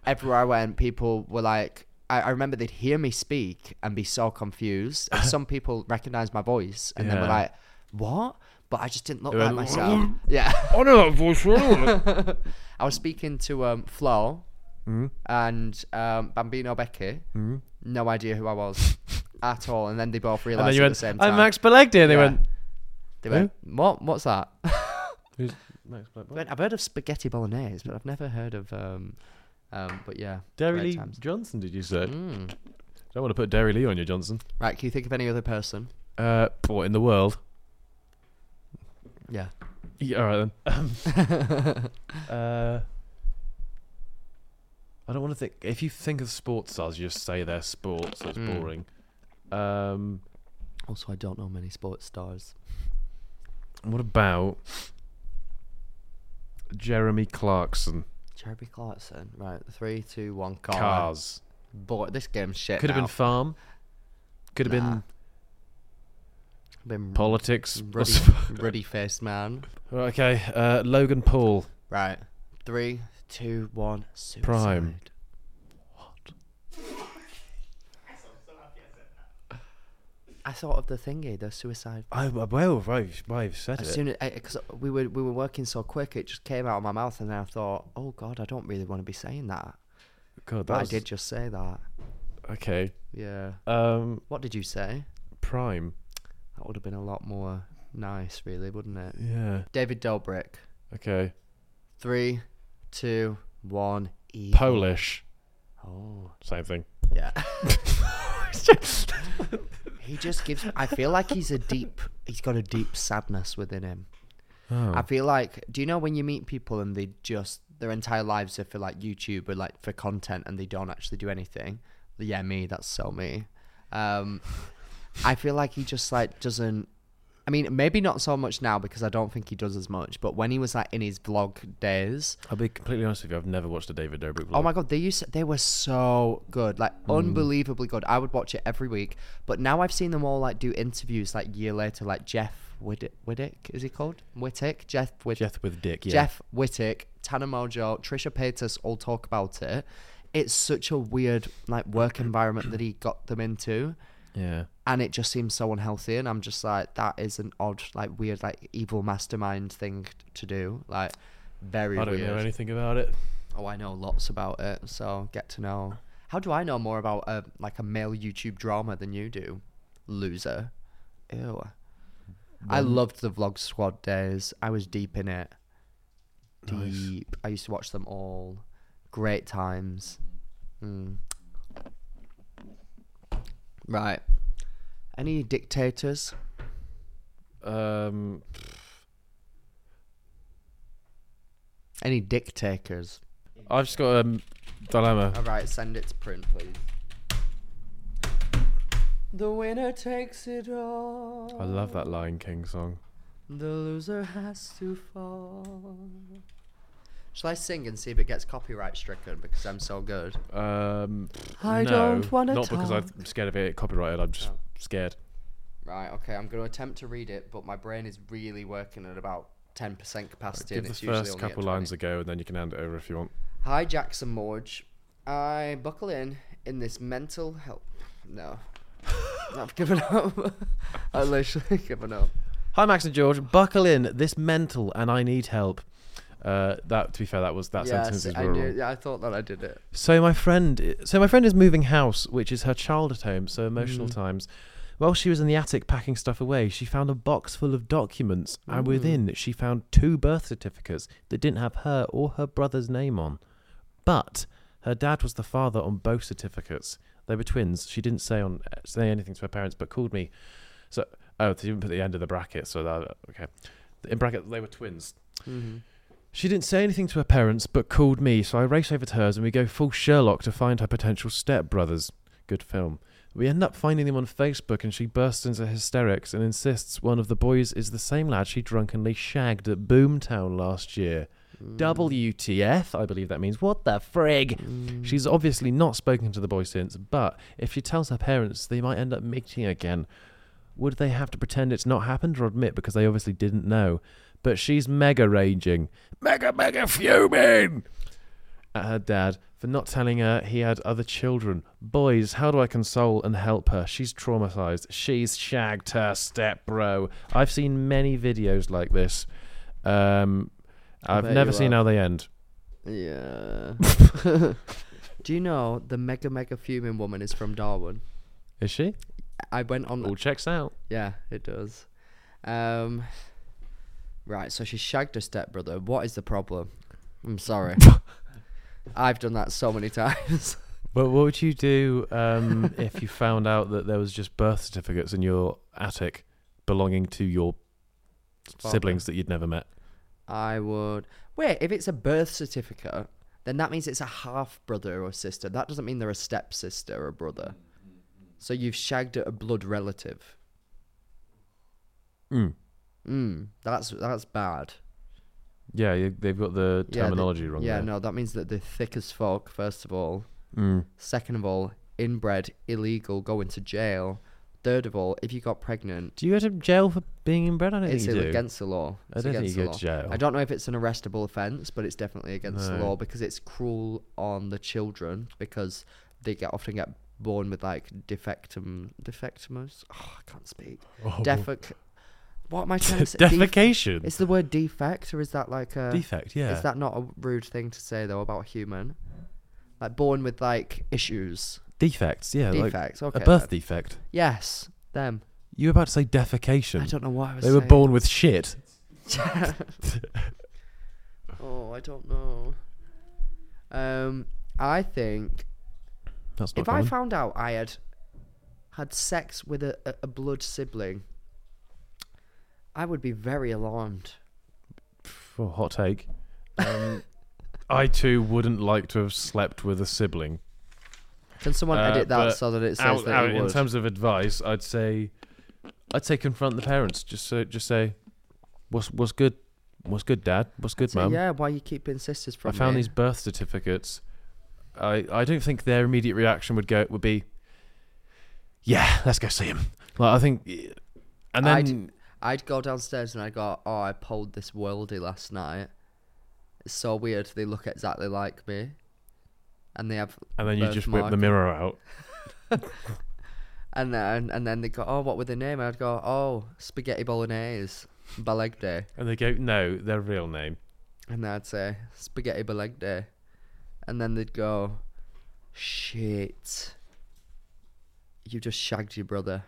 [SPEAKER 1] everywhere I went, people were like, I, I remember they'd hear me speak and be so confused. And some people recognized my voice and they were
[SPEAKER 2] Yeah.
[SPEAKER 1] like, what? But I just didn't look
[SPEAKER 2] They
[SPEAKER 1] like
[SPEAKER 2] went,
[SPEAKER 1] myself. yeah.
[SPEAKER 2] I know that voice. well.
[SPEAKER 1] I was speaking to um, Flo
[SPEAKER 2] Mm-hmm.
[SPEAKER 1] and um, Bambino Becky. No idea who I was at all. And then they both
[SPEAKER 2] Mm. and then
[SPEAKER 1] realized
[SPEAKER 2] you
[SPEAKER 1] at the
[SPEAKER 2] went,
[SPEAKER 1] same time.
[SPEAKER 2] I'm Max Belegdi. And they
[SPEAKER 1] Yeah.
[SPEAKER 2] went,
[SPEAKER 1] They went, what? What's that?
[SPEAKER 2] Who's Max Belegdi?
[SPEAKER 1] Went, I've heard of spaghetti bolognese, but I've never heard of. Um, um, but yeah,
[SPEAKER 2] Derry
[SPEAKER 1] great
[SPEAKER 2] Lee
[SPEAKER 1] times.
[SPEAKER 2] Johnson, did you say?
[SPEAKER 1] Mm.
[SPEAKER 2] Don't want to put Derry Lee on you, Johnson.
[SPEAKER 1] Right, can you think of any other person?
[SPEAKER 2] Uh, what in the world?
[SPEAKER 1] Yeah,
[SPEAKER 2] Yeah, all right then. Um, uh, I don't want to think. If you think of sports stars, you just say they're sports. That's
[SPEAKER 1] Mm.
[SPEAKER 2] boring. Um,
[SPEAKER 1] Also, I don't know many sports stars.
[SPEAKER 2] what about Jeremy Clarkson?
[SPEAKER 1] Jeremy Clarkson. Right, three, two, one. Car.
[SPEAKER 2] Cars
[SPEAKER 1] Boy, this game's shit.
[SPEAKER 2] could have been
[SPEAKER 1] now.
[SPEAKER 2] farm. Could have
[SPEAKER 1] Nah.
[SPEAKER 2] been
[SPEAKER 1] been
[SPEAKER 2] politics.
[SPEAKER 1] ruddy, ruddy faced man.
[SPEAKER 2] Right, okay, uh, Logan Paul.
[SPEAKER 1] Right, three, two, one. Suicide.
[SPEAKER 2] Prime.
[SPEAKER 1] I thought of the thingy, the suicide.
[SPEAKER 2] I well, why have said
[SPEAKER 1] As soon as because we were we were working so quick, it just came out of my mouth, and then I thought, oh god, I don't really want to be saying that. But
[SPEAKER 2] God, that
[SPEAKER 1] I
[SPEAKER 2] was,
[SPEAKER 1] did just say that.
[SPEAKER 2] Okay.
[SPEAKER 1] Yeah.
[SPEAKER 2] Um,
[SPEAKER 1] What did you say?
[SPEAKER 2] Prime.
[SPEAKER 1] That would have been a lot more nice, really, wouldn't it?
[SPEAKER 2] Yeah.
[SPEAKER 1] David Dobrik.
[SPEAKER 2] Okay.
[SPEAKER 1] Three, two, one. Evil.
[SPEAKER 2] Polish.
[SPEAKER 1] Oh,
[SPEAKER 2] Same thing.
[SPEAKER 1] yeah. he just gives. I feel like he's a deep. He's got a deep sadness within him.
[SPEAKER 2] Oh.
[SPEAKER 1] I feel like. Do you know when you meet people and they just their entire lives are for like YouTube or like for content and they don't actually do anything? Yeah, me. That's so me. Um, I feel like he just like doesn't. I mean, maybe not so much now because I don't think he does as much. But when he was like in his vlog days,
[SPEAKER 2] I'll be completely honest with you. I've never watched a David Dobrik vlog.
[SPEAKER 1] Oh my god, they used to- they were so good, like unbelievably good. I would watch it every week, but now I've seen them all like do interviews like year later, like Jeff Widdick, Widdick is he called Whittick? Jeff Widdick.
[SPEAKER 2] Jeff with Dick. Yeah.
[SPEAKER 1] Jeff Whittick, Tana Mojo, Trisha Paytas all talk about it. It's such a weird like work environment that he got them into,
[SPEAKER 2] Yeah.
[SPEAKER 1] and it just seems so unhealthy. And I'm just like, that is an odd, like weird, like evil mastermind thing to do. Like very.
[SPEAKER 2] I don't
[SPEAKER 1] weird.
[SPEAKER 2] know anything about it.
[SPEAKER 1] Oh, I know lots about it, so get to know. How do I know more about a like a male YouTube drama than you do, loser? Ew. I loved the Vlog Squad days. I was deep in it. Deep.
[SPEAKER 2] Nice.
[SPEAKER 1] I used to watch them all. Great times. Mm. Right. Any dictators?
[SPEAKER 2] Um,
[SPEAKER 1] Any dick takers?
[SPEAKER 2] I've just got a um, dilemma.
[SPEAKER 1] All right, send it to print, please. The winner takes it all.
[SPEAKER 2] I love that Lion King song.
[SPEAKER 1] The loser has to fall. Shall I sing and see if it gets copyright stricken because I'm so good?
[SPEAKER 2] Um,
[SPEAKER 1] I
[SPEAKER 2] no,
[SPEAKER 1] don't wanna
[SPEAKER 2] Not because
[SPEAKER 1] talk.
[SPEAKER 2] I'm scared of it copyrighted. I'm just
[SPEAKER 1] Oh.
[SPEAKER 2] scared.
[SPEAKER 1] Right, okay, I'm going to attempt to read it, but my brain is really working at about 10% capacity.
[SPEAKER 2] Give
[SPEAKER 1] and
[SPEAKER 2] the
[SPEAKER 1] it's usually
[SPEAKER 2] first
[SPEAKER 1] only at
[SPEAKER 2] couple lines
[SPEAKER 1] 20.
[SPEAKER 2] a go, and then you can hand it over if you want.
[SPEAKER 1] Hi, Jackson Morge. I buckle in in this mental health. No. I've given up. I've literally given up.
[SPEAKER 2] Hi, Max and George. Buckle in. This mental, and I need help. Uh, that to be fair, that was that sentence is
[SPEAKER 1] I
[SPEAKER 2] rural.
[SPEAKER 1] did. Yeah, I thought that I did it.
[SPEAKER 2] So my friend, so my friend is moving house, which is her child at home. So emotional times. While she was in the attic packing stuff away, she found a box full of documents, and within she found two birth certificates that didn't have her or her brother's name on, but her dad was the father on both certificates. They were twins. She didn't say on say anything to her parents, but called me. So oh, they didn't put the end of the bracket. So that okay, in bracket they were twins.
[SPEAKER 1] Mm-hmm.
[SPEAKER 2] She didn't say anything to her parents, but called me, so I race over to hers and we go full Sherlock to find her potential stepbrothers. Good film. We end up finding them on Facebook, and she bursts into hysterics and insists one of the boys is the same lad she drunkenly shagged at Boomtown last year. WTF, I believe that means. What the frig? She's obviously not spoken to the boy since, but if she tells her parents, they might end up meeting again. Would they have to pretend it's not happened or admit because they obviously didn't know? But she's mega raging, mega, mega fuming at her dad for not telling her he had other children. Boys, how do I console and help her? She's traumatized. She's shagged her step bro. I've seen many videos like this. Um,
[SPEAKER 1] I
[SPEAKER 2] I've
[SPEAKER 1] bet
[SPEAKER 2] never
[SPEAKER 1] you
[SPEAKER 2] seen
[SPEAKER 1] have.
[SPEAKER 2] how they end.
[SPEAKER 1] Mm. Yeah. Do you know the mega mega fuming woman is from Darwin?
[SPEAKER 2] Is she?
[SPEAKER 1] I went on.
[SPEAKER 2] All checks out.
[SPEAKER 1] Yeah, it does. Um, right, so she shagged her stepbrother. What is the problem? I'm sorry. I've done that so many times.
[SPEAKER 2] But what would you do um, if you found out that there was just birth certificates in your attic belonging to your
[SPEAKER 1] Father.
[SPEAKER 2] siblings that you'd never met?
[SPEAKER 1] I would. Wait, if it's a birth certificate, then that means it's a half brother or sister. That doesn't mean they're a stepsister or brother. So you've shagged at a blood relative.
[SPEAKER 2] Mm.
[SPEAKER 1] Mm, that's that's bad.
[SPEAKER 2] Yeah, you, they've got the
[SPEAKER 1] Yeah, they-
[SPEAKER 2] terminology wrong.
[SPEAKER 1] Yeah,
[SPEAKER 2] there.
[SPEAKER 1] no, that means that they're thick as fuck, first of all.
[SPEAKER 2] Mm.
[SPEAKER 1] Second of all, inbred, illegal, going to jail. Third of all, if you got pregnant,
[SPEAKER 2] Do you go to jail for being inbred? I don't
[SPEAKER 1] it's
[SPEAKER 2] think you do.
[SPEAKER 1] against the law.
[SPEAKER 2] I
[SPEAKER 1] It's
[SPEAKER 2] don't think
[SPEAKER 1] against
[SPEAKER 2] you
[SPEAKER 1] the
[SPEAKER 2] go to jail.
[SPEAKER 1] I don't know if it's an arrestable offence, but it's definitely against the
[SPEAKER 2] No.
[SPEAKER 1] law because it's cruel on the children because they get often get born with like defectum defectumus. Oh, I can't speak.
[SPEAKER 2] Oh.
[SPEAKER 1] Defec. What am I trying to say? Def-
[SPEAKER 2] Defecation.
[SPEAKER 1] is the word defect or is that like a
[SPEAKER 2] Defect, yeah.
[SPEAKER 1] Is uh, that not a rude thing to say though about a human? Like born with like issues,
[SPEAKER 2] Defects, yeah. like
[SPEAKER 1] defects. okay.
[SPEAKER 2] a birth
[SPEAKER 1] that-
[SPEAKER 2] defect.
[SPEAKER 1] Yes, them.
[SPEAKER 2] You were about to say
[SPEAKER 1] I
[SPEAKER 2] defecation.
[SPEAKER 1] don't know why I was.
[SPEAKER 2] They were
[SPEAKER 1] saying-
[SPEAKER 2] born with shit.
[SPEAKER 1] oh, I don't know. Um, I think
[SPEAKER 2] That's not
[SPEAKER 1] if I
[SPEAKER 2] common.
[SPEAKER 1] found out I had had sex with a, a, a blood sibling, I would be very alarmed.
[SPEAKER 2] for hot take. Um, I too wouldn't like to have slept with a sibling.
[SPEAKER 1] Can someone
[SPEAKER 2] Uh,
[SPEAKER 1] edit that
[SPEAKER 2] but
[SPEAKER 1] so that it says
[SPEAKER 2] Out,
[SPEAKER 1] that
[SPEAKER 2] out,
[SPEAKER 1] you
[SPEAKER 2] in
[SPEAKER 1] would?
[SPEAKER 2] terms of advice, I'd say, I'd say confront the parents. Just so, just say, what's what's good, what's good, dad, what's good,
[SPEAKER 1] So,
[SPEAKER 2] mum.
[SPEAKER 1] yeah, why you keeping sisters from
[SPEAKER 2] I found
[SPEAKER 1] me?
[SPEAKER 2] these birth certificates. I I don't think their immediate reaction would go would be, yeah, let's go see him. Like I think, and then
[SPEAKER 1] I'd, I'd go downstairs and I go, oh, I polled this worldie last night. It's so weird. They look exactly like me, and they have.
[SPEAKER 2] and then you just whip
[SPEAKER 1] birthmark.
[SPEAKER 2] the mirror out.
[SPEAKER 1] And then and then they go, oh, what were their name? I'd go, oh, spaghetti bolognese, Beleg Day.
[SPEAKER 2] And they go, no, their real name.
[SPEAKER 1] And I'd say spaghetti Beleg Day, and then they'd go, shit, you just shagged your brother.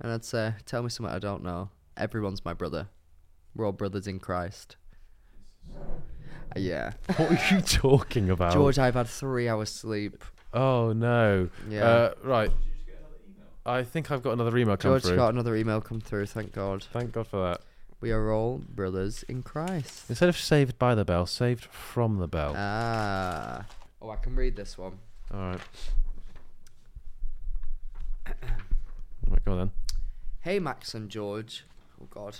[SPEAKER 1] And I'd say, tell me something I don't know. Everyone's my brother. We're all brothers in Christ. Uh, Yeah.
[SPEAKER 2] What are you talking about?
[SPEAKER 1] George, I've had three hours sleep.
[SPEAKER 2] Oh no.
[SPEAKER 1] Yeah.
[SPEAKER 2] Uh, right. I think I've got another email come
[SPEAKER 1] George
[SPEAKER 2] through.
[SPEAKER 1] got another email come through, thank God.
[SPEAKER 2] Thank God for that.
[SPEAKER 1] We are all brothers in Christ.
[SPEAKER 2] Instead of saved by the bell, saved from the bell.
[SPEAKER 1] Ah. Oh, I can read this one.
[SPEAKER 2] All right. Right, go on then.
[SPEAKER 1] Hey, Max and George. Oh, God.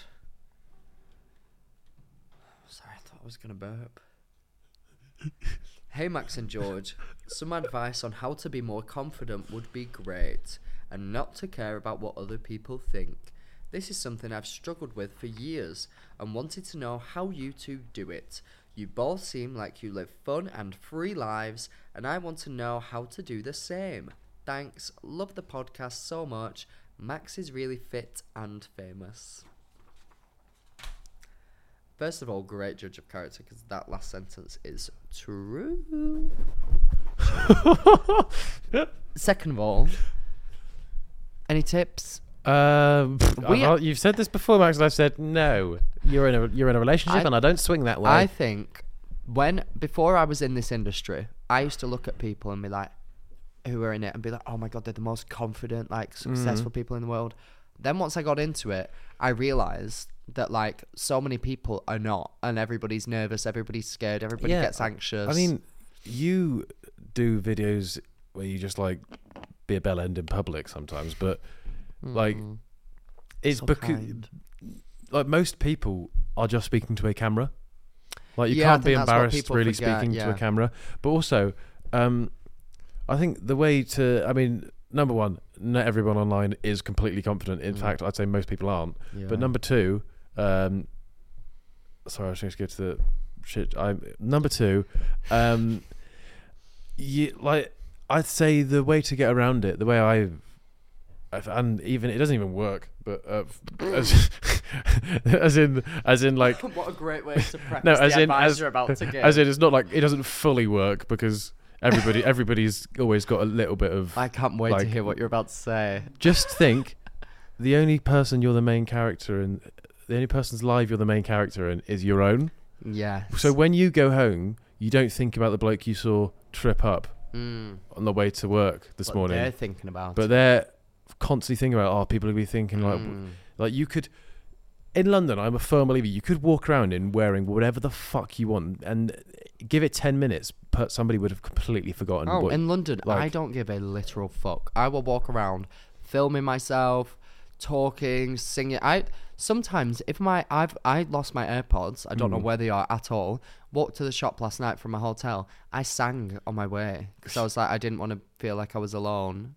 [SPEAKER 1] Sorry, I thought I was going to burp. hey, Max and George. Some advice on how to be more confident would be great and not to care about what other people think. This is something I've struggled with for years and wanted to know how you two do it. You both seem like you live fun and free lives, and I want to know how to do the same. Thanks. Love the podcast so much. Max is really fit and famous. First of all, great judge of character because that last sentence is true. Second of all, any tips?
[SPEAKER 2] Um,
[SPEAKER 1] We-
[SPEAKER 2] I've- you've said this before, Max, and I've said no. You're in a you're in a relationship,
[SPEAKER 1] I-
[SPEAKER 2] and I don't swing that way.
[SPEAKER 1] I think when before I was in this industry, I used to look at people and be like, who are in it, and be like, oh my god, they're the most confident, like
[SPEAKER 2] Mm-hmm.
[SPEAKER 1] successful people in the world. Then once I got into it, I realized that like so many people are not, and everybody's nervous, everybody's scared, everybody
[SPEAKER 2] Yeah,
[SPEAKER 1] gets
[SPEAKER 2] I-
[SPEAKER 1] anxious.
[SPEAKER 2] I mean, you do videos where you just like be a bell end in public sometimes, but Like,
[SPEAKER 1] Mm,
[SPEAKER 2] it's
[SPEAKER 1] so
[SPEAKER 2] because
[SPEAKER 1] kind.
[SPEAKER 2] like most people are just speaking to a camera. Like you
[SPEAKER 1] Yeah, I
[SPEAKER 2] can't be
[SPEAKER 1] think that's what
[SPEAKER 2] embarrassed
[SPEAKER 1] people
[SPEAKER 2] really
[SPEAKER 1] forget,
[SPEAKER 2] speaking to a
[SPEAKER 1] yeah.
[SPEAKER 2] camera. But also, um, I think the way to I mean, number one, not everyone online is completely confident. In
[SPEAKER 1] Mm.
[SPEAKER 2] fact, I'd say most people aren't.
[SPEAKER 1] Yeah.
[SPEAKER 2] But number two, um, sorry, I was going to go to the shit. I number two, um, you like I'd say the way to get around it, the way I, I've- and even it doesn't even work, but uh, as, as in as in like
[SPEAKER 1] what a great way to practice
[SPEAKER 2] No, as
[SPEAKER 1] the
[SPEAKER 2] in-
[SPEAKER 1] advice
[SPEAKER 2] as-
[SPEAKER 1] you're about to give.
[SPEAKER 2] as in it's not like it doesn't fully work because everybody everybody's always got a little bit of
[SPEAKER 1] I can't wait
[SPEAKER 2] like-
[SPEAKER 1] to hear what you're about to say.
[SPEAKER 2] just think the only person you're the main character in the only person's life you're the main character in is your own
[SPEAKER 1] Yeah.
[SPEAKER 2] so when you go home you don't think about the bloke you saw trip up
[SPEAKER 1] mm,
[SPEAKER 2] on the way to work this
[SPEAKER 1] what
[SPEAKER 2] morning
[SPEAKER 1] they're thinking about.
[SPEAKER 2] but they're constantly thinking about oh people are gonna be thinking like w-
[SPEAKER 1] Mm.
[SPEAKER 2] like you could in london i'm a firm believer you could walk around in wearing whatever the fuck you want and give it 10 minutes but somebody would have completely forgotten
[SPEAKER 1] oh,
[SPEAKER 2] what
[SPEAKER 1] in London, I
[SPEAKER 2] like-
[SPEAKER 1] don't give a literal fuck. I will walk around, filming myself, talking, singing. I sometimes if my I've I lost my AirPods. I
[SPEAKER 2] Hmm.
[SPEAKER 1] don't know where they are at all. Walked to the shop last night from my hotel. I sang on my way because I was like I didn't want to feel like I was alone.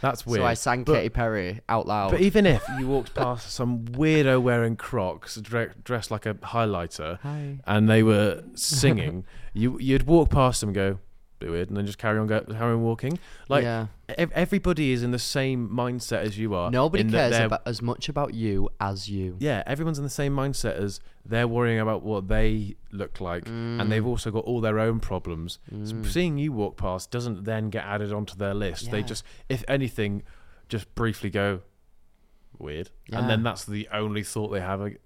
[SPEAKER 2] that's weird
[SPEAKER 1] So I sang
[SPEAKER 2] But-
[SPEAKER 1] Katy Perry out loud.
[SPEAKER 2] But e even if you walked past some weirdo wearing Crocs dre- dressed like a highlighter,
[SPEAKER 1] Hi.
[SPEAKER 2] and they were singing, you you'd walk past them and go, "Bit weird," and then just carry on go, carry on walking. Like
[SPEAKER 1] yeah.
[SPEAKER 2] ev- everybody is in the same mindset as you are.
[SPEAKER 1] Nobody
[SPEAKER 2] uh, in that
[SPEAKER 1] cares
[SPEAKER 2] they're-
[SPEAKER 1] about, as much about you as you.
[SPEAKER 2] Yeah, everyone's in the same mindset as they're worrying about what they look like, and they've also got all their own problems. So
[SPEAKER 1] Mm.
[SPEAKER 2] seeing you walk past doesn't then get added onto their list. They
[SPEAKER 1] Yeah.
[SPEAKER 2] just, if anything, just briefly go weird, and then
[SPEAKER 1] Yeah.
[SPEAKER 2] that's the only thought they have. ag- like,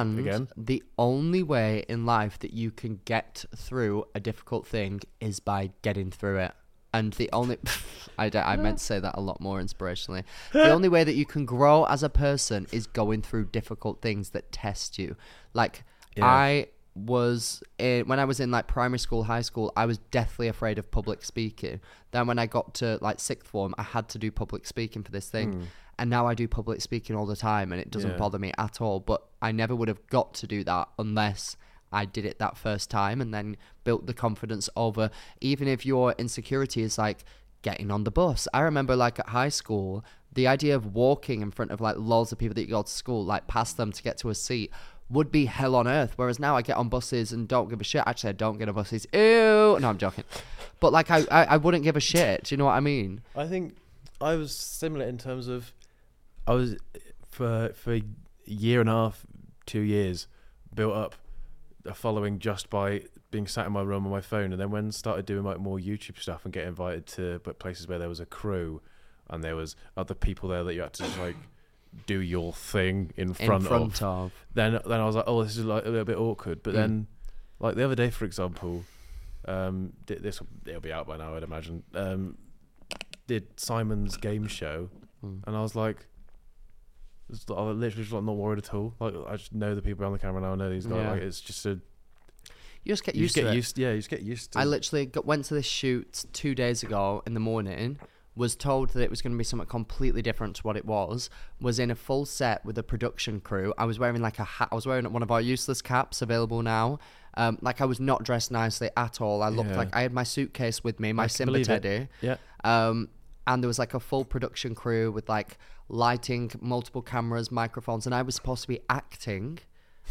[SPEAKER 1] And
[SPEAKER 2] again,
[SPEAKER 1] the only way in life that you can get through a difficult thing is by getting through it. And the only, I, don't- I meant to say that a lot more inspirationally. The only way that you can grow as a person is going through difficult things that test you. Like
[SPEAKER 2] Yeah.
[SPEAKER 1] I was in, when I was in like primary school, high school, I was deathly afraid of public speaking. Then when I got to like sixth form, I had to do public speaking for this thing. And now I do public speaking all the time and it doesn't
[SPEAKER 2] Hmm. Yeah.
[SPEAKER 1] bother me at all. But I never would have got to do that unless I did it that first time and then built the confidence over. Even if your insecurity is like getting on the bus. I remember like at high school, the idea of walking in front of like loads of people that you go to school, like past them to get to a seat. Would be hell on earth. Whereas now I get on buses and don't give a shit. Actually, I don't get on buses. Ew. No, I'm joking. But like, I, I, I wouldn't give a shit. Do you know what I mean?
[SPEAKER 2] I think I was similar in terms of I was for for a year and a half, two years, built up a following just by being sat in my room on my phone, and then when started doing like more YouTube stuff and get invited to but places where there was a crew, and there was other people there that you had to just like do your thing in front,
[SPEAKER 1] in
[SPEAKER 2] of
[SPEAKER 1] front of.
[SPEAKER 2] then then I was like, oh, this is like a little bit awkward. But
[SPEAKER 1] Mm.
[SPEAKER 2] then, like the other day, for example, um, di- this it'll be out by now, I'd imagine. Um, did Simon's game show,
[SPEAKER 1] Mm.
[SPEAKER 2] and I was like, it's- I was literally just like not worried at all. Like I just know the people around the camera now. I know these guys.
[SPEAKER 1] Yeah.
[SPEAKER 2] Like it's just a
[SPEAKER 1] You just get
[SPEAKER 2] you
[SPEAKER 1] used
[SPEAKER 2] just get
[SPEAKER 1] to it.
[SPEAKER 2] used. Yeah, you just get used to.
[SPEAKER 1] I literally got, went to this shoot two days ago in the morning. Was told that it was going to be something completely different to what it was. Was in a full set with a production crew. I was wearing like a hat. I was wearing one of our useless caps available now. Um, like I was not dressed nicely at all. I looked
[SPEAKER 2] Yeah.
[SPEAKER 1] like I had my suitcase with me, my
[SPEAKER 2] I can
[SPEAKER 1] Simba
[SPEAKER 2] believe it.
[SPEAKER 1] teddy.
[SPEAKER 2] yeah,
[SPEAKER 1] Um, and there was like a full production crew with like lighting, multiple cameras, microphones, and I was supposed to be acting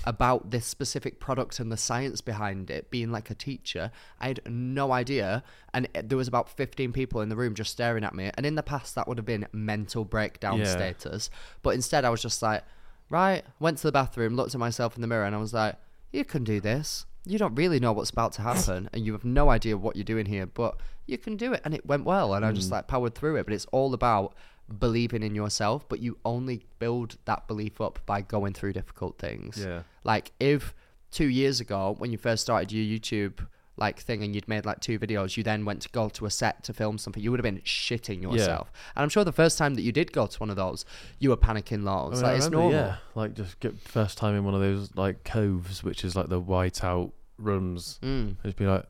[SPEAKER 1] about this specific product and the science behind it, being like a teacher. I had no idea, and it- there was about fifteen people in the room just staring at me. And in the past, that would have been mental breakdown
[SPEAKER 2] Yeah.
[SPEAKER 1] status, but instead, I was just like, right. Went to the bathroom, looked at myself in the mirror, and I was like, you can do this you don't really know what's about to happen and you have no idea what you're doing here, but you can do it. And it went well. And I just like powered through it. But it's all about believing in yourself, but you only build that belief up by going through difficult things.
[SPEAKER 2] Yeah.
[SPEAKER 1] Like if two years ago, when you first started your YouTube like thing and you'd made like two videos, you then went to go to a set to film something, you would have been shitting yourself. And I'm sure the first time that you did go to one of those, you were panicking loads.
[SPEAKER 2] I mean, I
[SPEAKER 1] like it's
[SPEAKER 2] remember,
[SPEAKER 1] normal.
[SPEAKER 2] Yeah, like just get first time in one of those like coves, which is like the white out rooms.
[SPEAKER 1] Mm.
[SPEAKER 2] Just be like,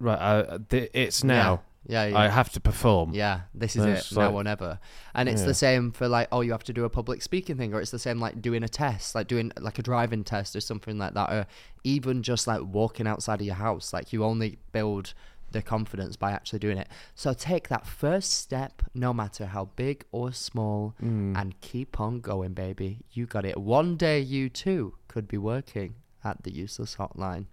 [SPEAKER 2] right, uh, th- it's now.
[SPEAKER 1] Yeah, yeah.
[SPEAKER 2] I have to perform.
[SPEAKER 1] Yeah, this is
[SPEAKER 2] That's
[SPEAKER 1] it.
[SPEAKER 2] like-
[SPEAKER 1] no one ever. And it's
[SPEAKER 2] Yeah.
[SPEAKER 1] the same for like, oh, you have to do a public speaking thing, or it's the same like doing a test, like doing like a driving test or something like that, or even just like walking outside of your house. Like you only build the confidence by actually doing it. So take that first step, no matter how big or small,
[SPEAKER 2] Mm.
[SPEAKER 1] and keep on going, baby. You got it. One day you too could be working at the useless hotline.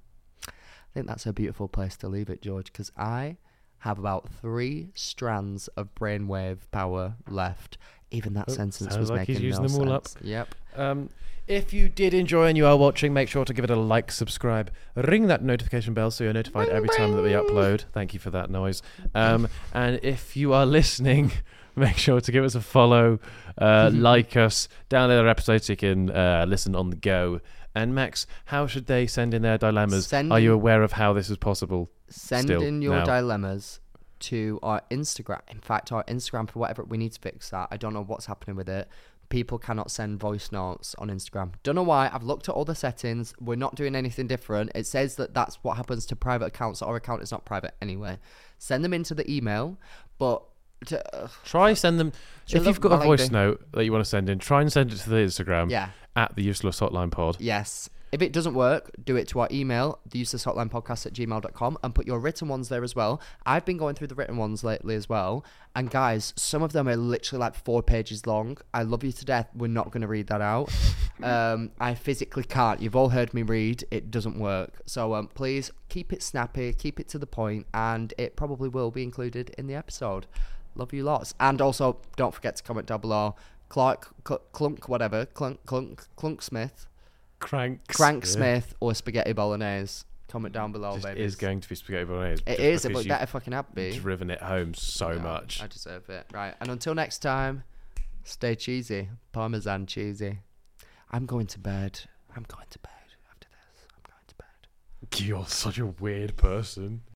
[SPEAKER 1] I think that's a beautiful place to leave it, George, because I have about three strands of brainwave power left. Even that sentence
[SPEAKER 2] Oh, sounds
[SPEAKER 1] was
[SPEAKER 2] like
[SPEAKER 1] making
[SPEAKER 2] he's using
[SPEAKER 1] no
[SPEAKER 2] them all up.
[SPEAKER 1] sense. Yep.
[SPEAKER 2] Um, if you did enjoy and you are watching, make sure to give it a like, subscribe, ring that notification bell so you're notified every time that we upload. Thank you for that noise. Um, and if you are listening, make sure to give us a follow, uh, like us, download our episodes so you can uh, listen on the go. And Max, how should they send in their dilemmas?
[SPEAKER 1] Send
[SPEAKER 2] are you
[SPEAKER 1] in-
[SPEAKER 2] aware of how this is possible?
[SPEAKER 1] Send
[SPEAKER 2] Still,
[SPEAKER 1] in your
[SPEAKER 2] now.
[SPEAKER 1] dilemmas to our Instagram. In fact, our Instagram for whatever we need to fix that. I don't know what's happening with it. People cannot send voice notes on Instagram. Don't know why. I've looked at all the settings. We're not doing anything different. It says that that's what happens to private accounts. Our account is not private anyway. Send them into the email, but to, ugh,
[SPEAKER 2] Try send them.
[SPEAKER 1] Shall
[SPEAKER 2] if
[SPEAKER 1] I
[SPEAKER 2] you've got a
[SPEAKER 1] like
[SPEAKER 2] voice
[SPEAKER 1] the-
[SPEAKER 2] note that you want to send in, try and send it to the Instagram
[SPEAKER 1] yeah.
[SPEAKER 2] at the Useless Hotline Pod.
[SPEAKER 1] Yes. If it doesn't work, do it to our email, theuselesshotlinepodcast at gmail.com, and put your written ones there as well. I've been going through the written ones lately as well. And guys, some of them are literally like four pages long. I love you to death. We're not going to read that out. um, I physically can't. You've all heard me read. It doesn't work. So um, please keep it snappy, keep it to the point, and it probably will be included in the episode. Love you lots. And also, don't forget to comment down below. Clark, cl- Clunk, whatever, Clunk, Clunk, Clunk Smith.
[SPEAKER 2] Cranks.
[SPEAKER 1] Crank Smith or Spaghetti Bolognese. Comment down below,
[SPEAKER 2] just
[SPEAKER 1] Oh, baby.
[SPEAKER 2] is going to be spaghetti bolognese.
[SPEAKER 1] It
[SPEAKER 2] just
[SPEAKER 1] is,
[SPEAKER 2] because
[SPEAKER 1] but
[SPEAKER 2] you've
[SPEAKER 1] that if I can have be.
[SPEAKER 2] driven it home so
[SPEAKER 1] No,
[SPEAKER 2] much.
[SPEAKER 1] I deserve it. Right. And until next time, stay cheesy. Parmesan cheesy. I'm going to bed. I'm going to bed after this. I'm going to bed.
[SPEAKER 2] You're such a weird person.